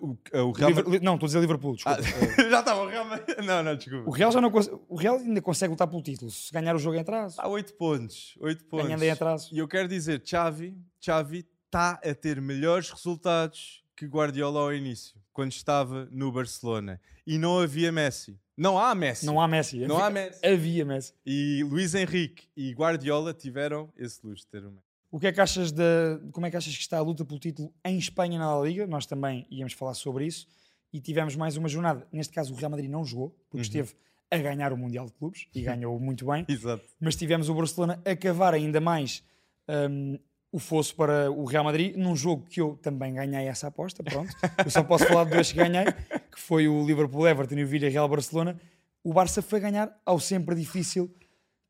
A: O, o Real
B: Liver-
A: Madrid. Ah.
B: Li- Não, estou a dizer Liverpool, desculpa.
A: já estava o Real Madrid. Não, não,
B: O
A: desculpa.
B: Real, já não conse- o Real ainda consegue lutar pelo título. Se ganhar o jogo em atraso,
A: Está 8 Tá pontos. 8 pontos.
B: ganhando em atraso.
A: E eu quero dizer, Xavi, Xavi está a ter melhores resultados que Guardiola ao início, quando estava no Barcelona. E não havia Messi. Não há Messi.
B: Não há Messi.
A: Não há Messi.
B: Havia Messi.
A: E Luís Henrique e Guardiola tiveram esse luxo de ter um Messi.
B: O que é que achas da como é que achas que está a luta pelo título em Espanha na La Liga? Nós também íamos falar sobre isso e tivemos mais uma jornada. Neste caso o Real Madrid não jogou porque
A: Uhum.
B: esteve a ganhar o Mundial de Clubes e ganhou muito bem,
A: Exato.
B: mas tivemos o Barcelona a cavar ainda mais hum, o fosso para o Real Madrid num jogo que eu também ganhei essa aposta, pronto. Eu só posso falar de dois que ganhei, que foi o Liverpool Everton e o Villarreal Barcelona. O Barça foi ganhar ao sempre difícil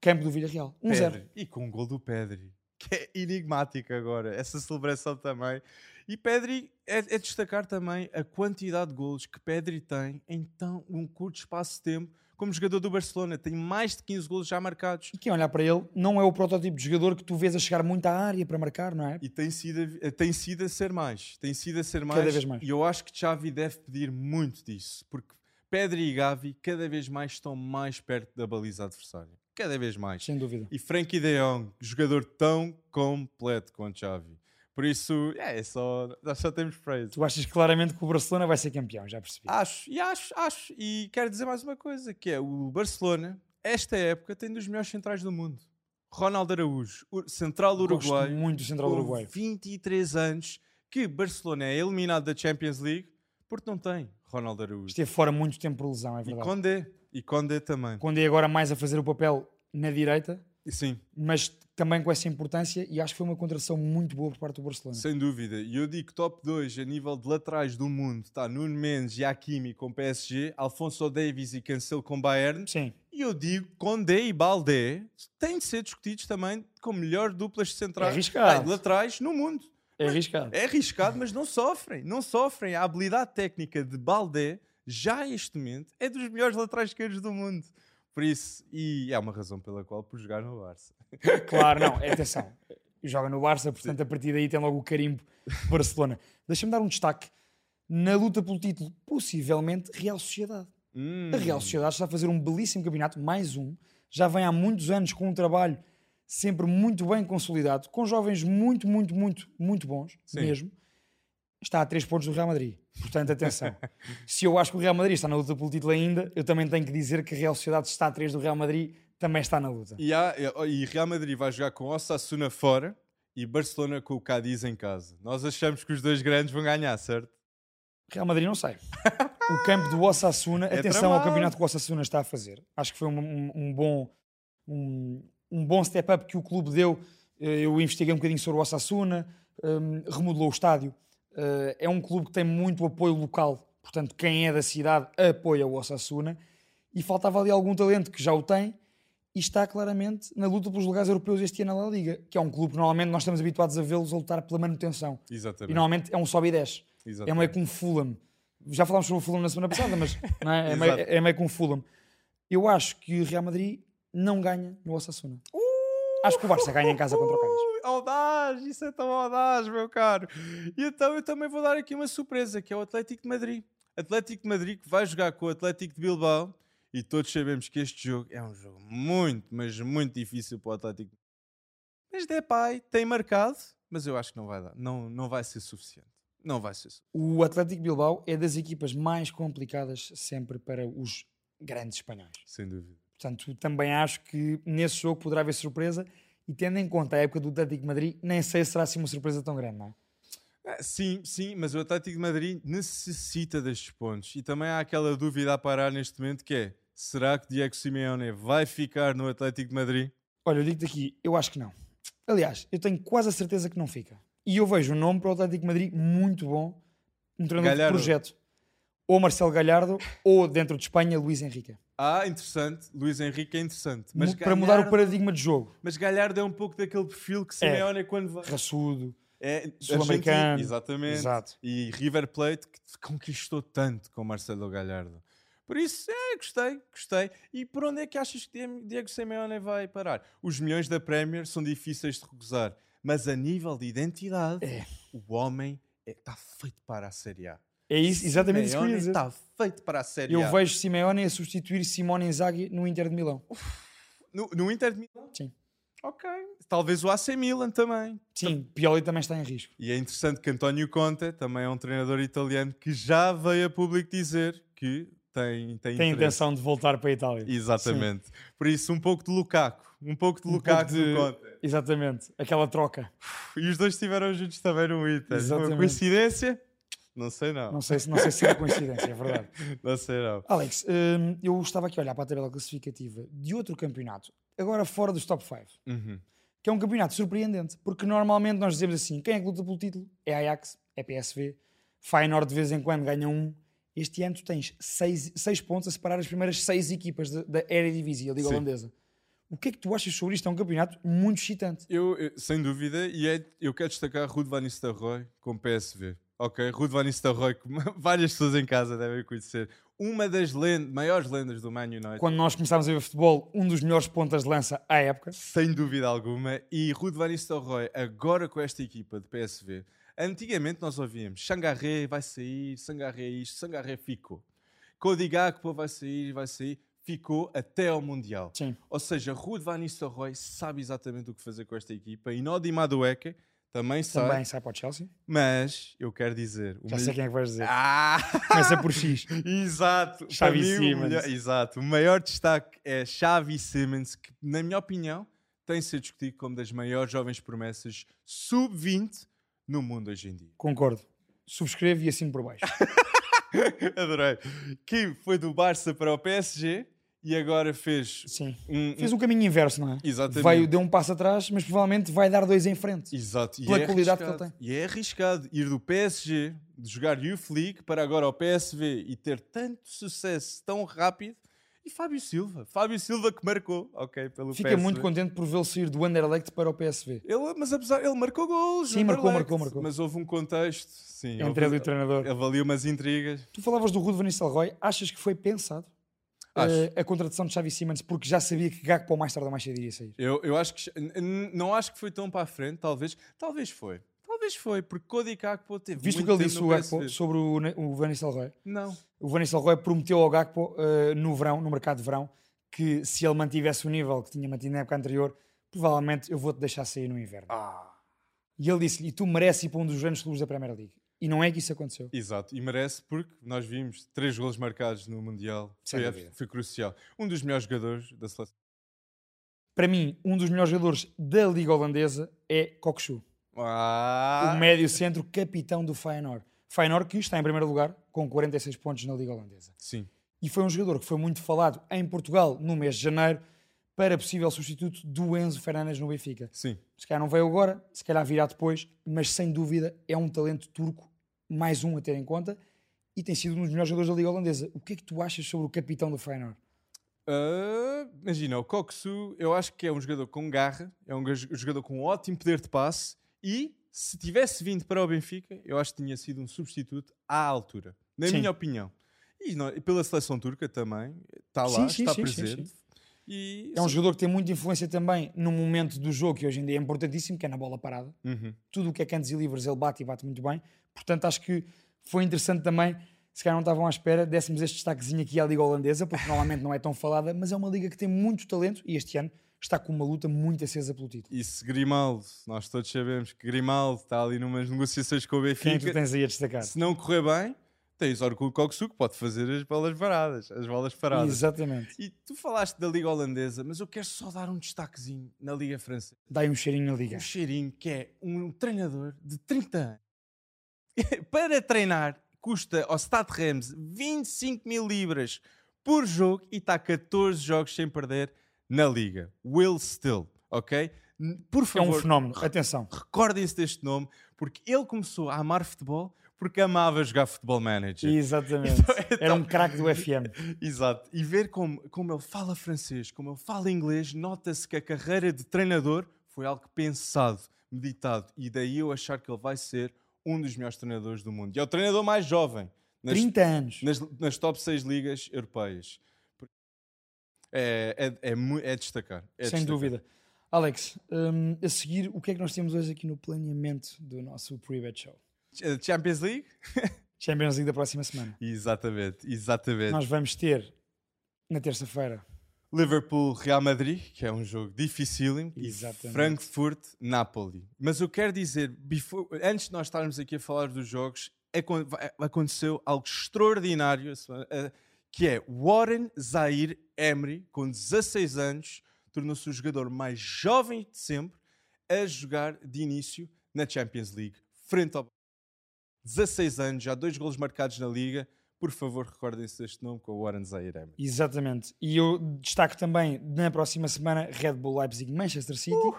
B: campo do Villarreal. 1-0.
A: Pedri. E com o gol do Pedri, que é enigmático agora, essa celebração também. E Pedri, é, é destacar também a quantidade de golos que Pedri tem em tão um curto espaço de tempo. Como jogador do Barcelona, tem mais de 15 golos já marcados.
B: E quem olhar para ele não é o protótipo de jogador que tu vês a chegar muito à área para marcar, não é?
A: E tem sido, a vi- eh, tem sido a ser mais. Tem sido a ser mais.
B: Cada vez mais.
A: E eu acho que Xavi deve pedir muito disso. Porque Pedri e Gavi cada vez mais estão mais perto da baliza adversária. Cada vez mais.
B: Sem dúvida.
A: E Frankie de Jong, jogador tão completo quanto Xavi. Por isso, é, é só, nós só temos praise.
B: Tu é- achas claramente que o Barcelona vai ser campeão, já percebi.
A: Acho, e acho, acho. E quero dizer mais uma coisa, que é o Barcelona, esta época, tem dos melhores centrais do mundo. Ronaldo Araújo, ur- central
B: Gosto
A: uruguaio,
B: muito do Central
A: com
B: Uruguai.
A: 23 anos, que Barcelona é eliminado da Champions League porque não tem Ronaldo Araújo.
B: Esteve fora muito tempo por lesão, é
A: E
B: verdade.
A: Condé, e Condé também.
B: Condé agora mais a fazer o papel na direita,
A: Sim.
B: mas também com essa importância e acho que foi uma contratação muito boa por parte do Barcelona.
A: Sem dúvida. E eu digo top 2 a nível de laterais do mundo. Está Nuno Mendes e Hakimi com PSG, Alfonso Davies e Cancelo com Bayern.
B: Sim.
A: E eu digo Condé e Baldé têm de ser discutidos também com melhor duplas de centrais
B: É arriscado.
A: Ah, de laterais no mundo.
B: É arriscado.
A: É arriscado, mas não sofrem. Não sofrem. A habilidade técnica de Baldé, já este momento, é dos melhores laterais esquerdos do mundo. Por isso, e é uma razão pela qual por jogar no Barça.
B: Claro, não, é atenção. Joga no Barça, portanto, a partir daí tem logo o carimbo Barcelona. Deixa-me dar um destaque. Na luta pelo título, possivelmente, Real Sociedade.
A: Hum.
B: A Real Sociedade está a fazer um belíssimo campeonato, mais um. Já vem há muitos anos com um trabalho sempre muito bem consolidado, com jovens muito, muito, muito, muito bons,
A: Sim.
B: mesmo. Está a três pontos do Real Madrid. Portanto, atenção. Se eu acho que o Real Madrid está na luta pelo título ainda, eu também tenho que dizer que a Real Sociedade se está a três do Real Madrid, também está na luta.
A: E, há- e Real Madrid vai jogar com Osasuna fora e Barcelona com o Cádiz em casa. Nós achamos que os dois grandes vão ganhar, certo?
B: Real Madrid não sai. O campo do Osasuna,
A: É
B: atenção ao
A: tramado.
B: campeonato que o Osasuna está a fazer. Acho que foi um, um- um bom um, um bom step up que o clube deu. Eh, Eu investiguei um bocadinho sobre o Osasuna, hum, remodelou o estádio. Eh, É um clube que tem muito apoio local, portanto, quem é da cidade apoia o Osasuna. E faltava ali algum talento que já o tem e está claramente na luta pelos lugares europeus este ano na La Liga, que é um clube que normalmente nós estamos habituados a vê-los a lutar pela manutenção. E
A: Exatamente.
B: normalmente é um sobe e desce. É meio
A: Exatamente.
B: com um Fulham. Já falámos sobre o Fulham na semana passada, mas não é? É, meio,
A: Exato.
B: é meio com o Fulham. Eu acho que o Real Madrid não ganha no Osasuna. Acho que o Barça ganha em casa contra o Cádiz.
A: Ui, Uh! audaz, isso é tão audaz, meu caro. E então eu também vou dar aqui uma surpresa, que é o Atlético de Madrid. Atlético de Madrid que vai jogar com o Atlético de Bilbao e todos sabemos que este jogo é um jogo muito, mas muito difícil para o Atlético. Mas Depay tem marcado, mas eu acho que não vai dar. Não, não vai ser suficiente. Não vai ser suficiente.
B: O Atlético Bilbao é das equipas mais complicadas sempre para os grandes espanhóis.
A: Sem dúvida.
B: Portanto, também acho que nesse jogo poderá haver surpresa. E tendo em conta a época do Atlético de Madrid, nem sei se será assim uma surpresa tão grande, não é?
A: Ah, Sim, sim, mas o Atlético de Madrid necessita destes pontos. E também há aquela dúvida a parar neste momento que é será que Diego Simeone vai ficar no Atlético de Madrid?
B: Olha, eu digo-te aqui, eu acho que não. Aliás, eu tenho quase a certeza que não fica. E eu vejo um nome para o Atlético de Madrid muito bom, um treinador
A: Galhardo.
B: de projeto. Ou Marcelo Galhardo, ou dentro de Espanha, Luís Henrique.
A: Ah, interessante. Luís Henrique é interessante. Mas
B: Mu- Para mudar o
A: Galhardo-
B: paradigma de jogo.
A: Mas Galhardo é um pouco daquele perfil que Simeone é. quando vai.
B: Raçudo.
A: É
B: Sul-Americano.
A: argentino, Exatamente.
B: Exato.
A: E River Plate que te conquistou tanto com Marcelo Galhardo. Por isso, é, gostei, gostei. E por onde é que achas que Diem- Diego Simeone vai parar? Os milhões da Premier são difíceis de recusar, mas a nível de identidade,
B: É.
A: o homem está feito para a Série A.
B: É isso, exatamente isso que eu ia dizer.
A: Está tá feito para a Série
B: Eu
A: A.
B: vejo Simeone a substituir Simone Inzaghi no Inter de Milão.
A: No, no Inter de Milão?
B: Sim.
A: Ok. Talvez o AC Milan também.
B: Sim, Pioli também está em risco.
A: E é interessante que António Conte também é um treinador italiano que já veio a público dizer que tem, tem,
B: Tem
A: interesse.
B: intenção de voltar para a Itália.
A: Exatamente. Por isso, um pouco de Lukaku. Um pouco de
B: pouco
A: Lukaku
B: de-
A: do Conte.
B: Exatamente, aquela troca.
A: E os dois estiveram juntos também no Inter. Uma
B: Exatamente.
A: coincidência? Não sei não.
B: Não sei, se- não sei se é coincidência, é verdade.
A: Não sei não.
B: Alex, hum, eu estava aqui a olhar para a tabela classificativa de outro campeonato, agora fora dos top 5,
A: Uhum.
B: que é um campeonato surpreendente, porque normalmente nós dizemos assim: quem é que luta pelo título? É Ajax, é PSV, Feyenoord de vez em quando ganha um. Este ano tu tens 6 pontos a separar as primeiras 6 equipas da- da Eredivisie, a Liga
A: Sim.
B: Holandesa. O que é que tu achas sobre isto? É um campeonato muito excitante.
A: Eu, eu- sem dúvida, e é- eu quero destacar Ruud Van Nistelrooy com PSV. Ok, Ruud Van Nistelrooy, que várias pessoas em casa devem conhecer. Uma das lendas, maiores lendas do Man United.
B: Quando nós começámos a ver futebol, um dos melhores pontas de lança à época.
A: Sem dúvida alguma. E Ruud Van Nistelrooy, agora com esta equipa de PSV, antigamente nós ouvíamos Xangarré vai sair, Sangarré isto, Sangarré ficou. Cody Gakpo vai sair, vai sair, ficou até ao Mundial.
B: Sim.
A: Ou seja, Ruud Van Nistelrooy sabe exatamente o que fazer com esta equipa. E Nodi Madueke também sabe.
B: Também sai para o Chelsea.
A: Mas, eu quero dizer... O
B: Já sei quem é que vais dizer.
A: Ah!
B: Começa por X.
A: Exato. Para
B: Xavi
A: mim, o
B: Simons.
A: melhor- exato. O maior destaque é Xavi Simmons, que, na minha opinião, tem de ser discutido como das maiores jovens promessas sub-20 no mundo hoje em dia.
B: Concordo. Subscrevo e assino por baixo.
A: Adorei. Que foi do Barça para o PSG e agora fez
B: Sim.
A: um... um-
B: Fez o caminho inverso, não é?
A: Exatamente.
B: Veio, deu um passo atrás, mas provavelmente vai dar dois em frente.
A: Exato. E
B: pela
A: é
B: qualidade que ele
A: arriscado. E é arriscado ir do PSG, de jogar Youth League, para agora ao PSV e ter tanto sucesso tão rápido. E Fábio Silva. Fábio Silva que marcou, ok, pelo
B: Fica
A: PSV.
B: muito contente por vê-lo sair do Anderlecht para o PSV.
A: Ele, mas apesar, ele marcou gols.
B: Sim,
A: o
B: marcou,
A: Anderlecht,
B: marcou, marcou.
A: Mas houve um contexto. Sim,
B: Entre ele e o treinador.
A: Ele valia umas intrigas.
B: Tu falavas do Rude Van Nistelrooy, achas que foi pensado
A: Acho.
B: eh, a contratação de Xavi Simons porque já sabia que Gakpo mais tarde ou mais cedo iria sair?
A: Eu, eu acho que. n- n- Não acho que foi tão para a frente, talvez. Talvez foi. Talvez foi, porque Cody Kakpo teve.
B: Visto o que
A: muito tempo
B: ele disse
A: no
B: o Gakpo
A: PSV.
B: sobre o, Ne- o Van Nistelrooy,
A: Não.
B: o Van Nistelrooy prometeu ao Gakpo eh, no verão, no mercado de verão, que se ele mantivesse o nível que tinha mantido na época anterior, provavelmente eu vou-te deixar sair no inverno. E ele disse-lhe, e tu mereces ir para um dos grandes clubes da Premier League. E não é que isso aconteceu.
A: Exato, e merece porque nós vimos três golos marcados no Mundial.
B: Sem
A: Foi,
B: dúvida.
A: foi crucial. Um dos melhores jogadores da seleção.
B: Para mim, um dos melhores jogadores da Liga Holandesa é Kokshu,
A: Ah,
B: o médio centro capitão do Feyenoord. Feyenoord que está em primeiro lugar com 46 pontos na Liga Holandesa.
A: Sim.
B: E foi um jogador que foi muito falado em Portugal no mês de janeiro para possível substituto do Enzo Fernandes no Benfica.
A: Sim,
B: Se calhar não veio agora, se calhar virá depois, mas sem dúvida é um talento turco, mais um a ter em conta, e tem sido um dos melhores jogadores da Liga Holandesa. O que é que tu achas sobre o capitão do Feyenoord?
A: Ah, imagina, o Koksu, eu acho que é um jogador com garra, é um gaj- jogador com ótimo poder de passe e se tivesse vindo para o Benfica, eu acho que tinha sido um substituto à altura, na
B: Sim.
A: minha opinião. E, nó- e pela seleção turca também, está Tá lá,
B: Sim, sim,
A: está
B: sim, sim,
A: presente.
B: sim.
A: E,
B: É um jogador que tem muita influência também no momento do jogo, que hoje em dia é importantíssimo, que é na bola parada.
A: Uhum.
B: Tudo o que é cantos e livres ele bate e bate muito bem. Portanto, acho que foi interessante também, se calhar não estavam à espera, dessemos este destaquezinho aqui à Liga Holandesa, porque normalmente não é tão falada, mas é uma liga que tem muito talento e este ano está com uma luta muito acesa pelo título.
A: E se Grimaldo, nós todos sabemos que Grimaldo está ali numas negociações com o
B: Quem é que tu
A: Benfica,
B: tens aí a destacar?
A: se não correr bem, tens Orkut Koksu que pode fazer as bolas paradas, as bolas paradas.
B: Exatamente.
A: E tu falaste da Liga Holandesa, mas eu quero só dar um destaquezinho na Liga Francesa.
B: Dá-lhe um cheirinho na liga.
A: Um cheirinho que é um treinador de 30 anos. Para treinar, custa ao Stade Reims 25 mil libras por jogo e está 14 jogos sem perder na Liga. Will Still, ok? N- Por
B: É um
A: favor,
B: fenómeno, atenção.
A: recordem-se deste nome, porque ele começou a amar futebol porque amava jogar Futebol Manager.
B: Exatamente.
A: Então,
B: Era um craque do FM.
A: Exato. E ver como, como ele fala francês, como ele fala inglês, nota-se que a carreira de treinador foi algo pensado, meditado. E daí eu achar que ele vai ser um dos melhores treinadores do mundo. E é o treinador mais jovem nas,
B: 30 anos.
A: nas, nas top 6 ligas europeias. É, é, é, mu- é destacar. é
B: Sem
A: destacar.
B: dúvida. Alex, hum, a seguir, o que é que nós temos hoje aqui no planeamento do nosso pre-bet show?
A: Eh, Champions League?
B: Champions League da próxima semana.
A: Exatamente, exatamente.
B: Nós vamos ter, na terça-feira,
A: Liverpool Real Madrid, que é um jogo dificílimo, e
B: Exatamente.
A: Frankfurt Napoli. Mas eu quero dizer, before- antes de nós estarmos aqui a falar dos jogos, acon- vai- aconteceu algo extraordinário a semana- eh, que é Warren Zaire Emery, com 16 anos, tornou-se o jogador mais jovem de sempre a jogar de início na Champions League, frente ao 16 anos, já dois golos marcados na Liga. Por favor, recordem-se deste nome com o Warren Zaire Emery.
B: exatamente. E eu destaco também, na próxima semana, Red Bull Leipzig-Manchester City
A: Uh!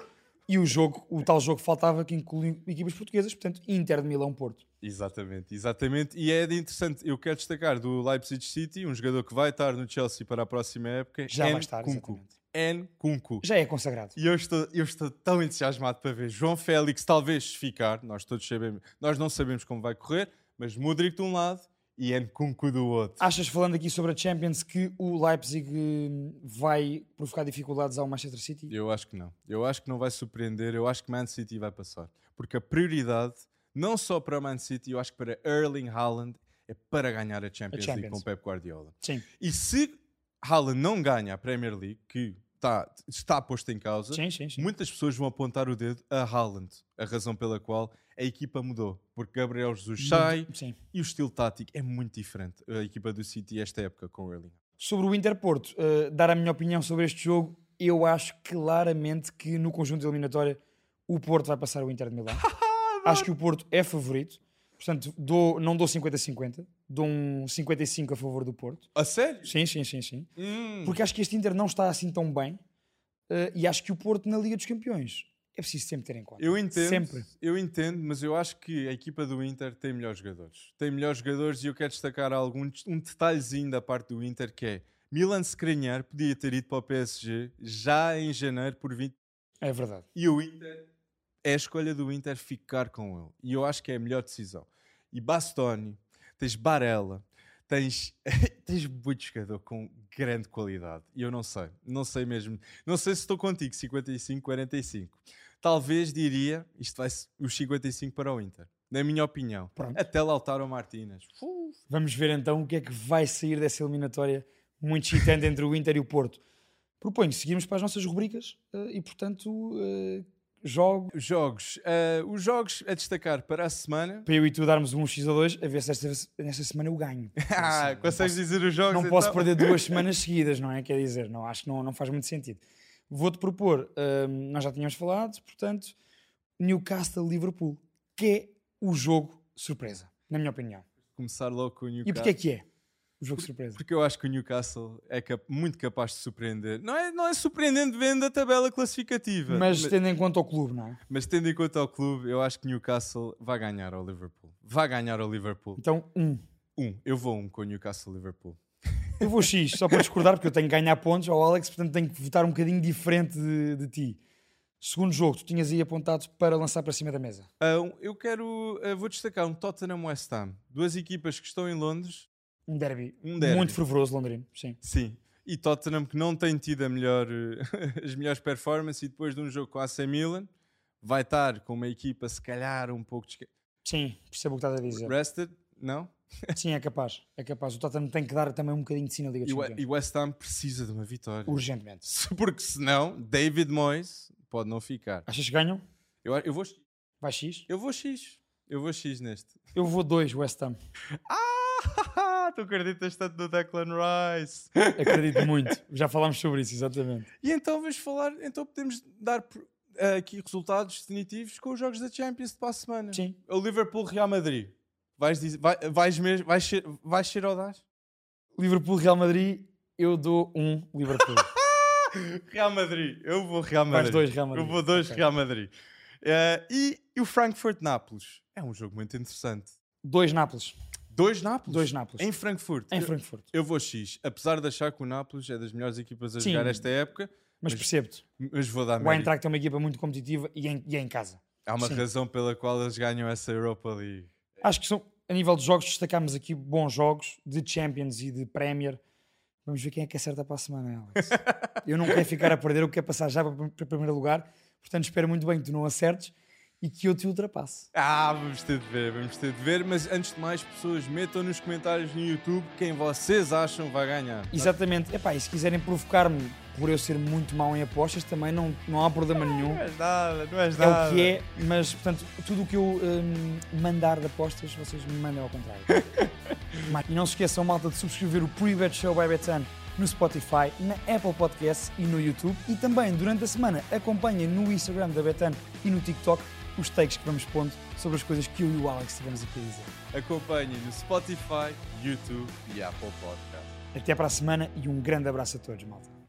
B: e o jogo, o tal jogo que faltava, que inclui equipas portuguesas, portanto, Inter de Milão-Porto.
A: Exatamente, exatamente. E é de interessante, eu quero destacar do Leipzig City, um jogador que vai estar no Chelsea para a próxima época,
B: Já vai
A: N.
B: estar,
A: Kunku.
B: exatamente.
A: N. Kunku.
B: Já é consagrado.
A: E eu estou, eu estou tão entusiasmado para ver João Félix talvez ficar, nós todos sabemos, nós não sabemos como vai correr, mas Modric de um lado e N. Kunku do outro.
B: Achas, falando aqui sobre a Champions, que o Leipzig hum, vai provocar dificuldades ao Manchester City?
A: Eu acho que não. Eu acho que não vai surpreender, eu acho que Man City vai passar. Porque a prioridade, não só para Man City, eu acho que para Erling Haaland, é para ganhar a Champions, League
B: Champions.
A: com o Pep Guardiola.
B: Sim,
A: E se Haaland não ganha a Premier League, que tá- está posto em causa,
B: sim, sim. sim.
A: muitas pessoas vão apontar o dedo a Haaland, a razão pela qual a equipa mudou. Porque Gabriel Jesus sai
B: Sim.
A: e o estilo tático é muito diferente. A equipa do City esta época com o Erling.
B: Sobre o Interporto, eh, dar a minha opinião sobre este jogo, eu acho claramente que no conjunto de eliminatória o Porto vai passar o Inter de Milão. acho que o Porto é favorito, portanto dou, não dou 50-50, dou um 55 a favor do Porto.
A: A sério?
B: Sim, sim, sim, sim.
A: Hum.
B: Porque acho que este Inter não está assim tão bem eh, e acho que o Porto na Liga dos Campeões é preciso sempre ter em conta.
A: Eu entendo,
B: Sempre.
A: eu entendo, mas eu acho que a equipa do Inter tem melhores jogadores. Tem melhores jogadores e eu quero destacar algum, um detalhezinho da parte do Inter que é Milan Skriniar podia ter ido para o PSG já em janeiro por 20
B: É verdade.
A: e o Inter é a escolha do Inter ficar com ele. E eu acho que é a melhor decisão. E Bastoni, tens Barella, tens, tens muito jogador com grande qualidade. E eu não sei, não sei mesmo. Não sei se estou contigo, 55, 45. Talvez diria, isto vai se- os 55 para o Inter. Na minha opinião.
B: Pronto.
A: Até Lautaro Martínez. Fu.
B: Vamos ver então o que é que vai sair dessa eliminatória muito excitante entre o Inter e o Porto. Proponho seguirmos para as nossas rubricas eh, e, portanto, eh, jogo
A: Jogos. Ah, os jogos a destacar para a semana.
B: para eu e tu darmos um X a 2 a ver se esta, nesta semana eu ganho.
A: Ah,
B: Não
A: consegues
B: posso-
A: dizer os jogos?
B: Não posso
A: então?
B: perder duas semanas seguidas, não é? Quer dizer, não, acho que não, não faz muito sentido. Vou-te propor, hum, nós já tínhamos falado, portanto, Newcastle-Liverpool, que é o jogo surpresa, na minha opinião.
A: Começar logo com o Newcastle.
B: E porquê é que é o jogo surpresa?
A: Porque eu acho que o Newcastle é cap- muito capaz de surpreender. Não é, não é surpreendente vendo a tabela classificativa,
B: Mas
A: Ma-
B: tendo em conta o clube, não é?
A: mas tendo em conta o clube, eu acho que Newcastle vai ganhar ao Liverpool. Vai ganhar ao Liverpool.
B: Então, um.
A: Um, eu vou um com o Newcastle Liverpool.
B: Eu vou X, só para discordar, porque eu tenho que ganhar pontos ao Alex, portanto tenho que votar um bocadinho diferente de, de ti. Segundo jogo, tu tinhas aí apontado para lançar para cima da mesa.
A: Ah, um- eu quero, ah, vou destacar um Tottenham West Ham. Duas equipas que estão em Londres.
B: Um derby,
A: Um derby.
B: muito fervoroso londrino, sim.
A: Sim. E Tottenham que não tem tido a melhor, eh, as melhores performances e depois de um jogo com a AC Milan vai estar com uma equipa se calhar um pouco desca-
B: Sim, percebo o que estás a dizer.
A: rested, não?
B: Sim, é capaz, é capaz. O Tottenham tem que dar também um bocadinho de si na Liga dos
A: E, o-
B: Campeões.
A: e West Ham precisa de uma vitória.
B: Urgentemente.
A: Se- Porque senão, David Moyes pode não ficar.
B: Achas que ganham?
A: Eu, eu, vou,
B: Vai X?
A: eu vou X. Eu vou X neste.
B: Eu vou 2, West Ham.
A: Ah, tu acreditas tanto no Declan Rice.
B: Acredito muito. Já falámos sobre isso, exatamente.
A: E então vamos falar, então podemos dar por- eh, aqui resultados definitivos com os jogos da Champions de para a semana.
B: Sim.
A: O Liverpool Real Madrid. Vais, dizer, vai, vais, mesmo, vais, ser, vais ser audaz?
B: Liverpool, Real Madrid, eu dou um Liverpool.
A: Real Madrid. Eu vou Real Madrid.
B: Vais dois Real Madrid.
A: Eu vou dois
B: Ok.
A: Real Madrid. Eh, e, e o Frankfurt-Nápoles. É um jogo muito interessante.
B: Dois Nápoles.
A: Dois Nápoles?
B: Dois Nápoles.
A: Em Frankfurt.
B: Em
A: Eu-
B: Frankfurt.
A: Eu, vou X. Apesar de achar que o Nápoles é das melhores equipas a
B: Sim.
A: jogar esta época,
B: Mas percebo-te.
A: mas vou dar
B: O
A: mérito.
B: Eintracht é uma equipa muito competitiva e é em, e é em casa.
A: Há uma
B: Sim.
A: razão pela qual eles ganham essa Europa League.
B: Acho que são, a nível de jogos, destacámos aqui bons jogos de Champions e de Premier. Vamos ver quem é que acerta para a semana, Alex. Eu não quero ficar a perder, eu quero passar já para, para primeiro lugar. Portanto, espero muito bem que tu não acertes e que eu te ultrapasse.
A: Ah, vamos ter de ver, vamos ter de ver. Mas antes de mais, pessoas, metam nos comentários no YouTube quem vocês acham vai ganhar.
B: Exatamente. Epá, e se quiserem provocar-me por eu ser muito mau em apostas, também não, não há problema nenhum.
A: Não és nada, não és
B: É
A: nada.
B: o que é, mas portanto, tudo o que eu hum, mandar de apostas, vocês me mandam ao contrário. Mas- e não se esqueçam, malta, de subscrever o Pre-Bet Show by Betsun no Spotify, na Apple Podcasts e no YouTube. E também, durante a semana, acompanhem no Instagram da Betsun e no TikTok os takes que vamos pondo sobre as coisas que eu e o Alex tivemos aqui a dizer.
A: Acompanhem no Spotify, YouTube e Apple Podcast.
B: Até para a semana e um grande abraço a todos, malta.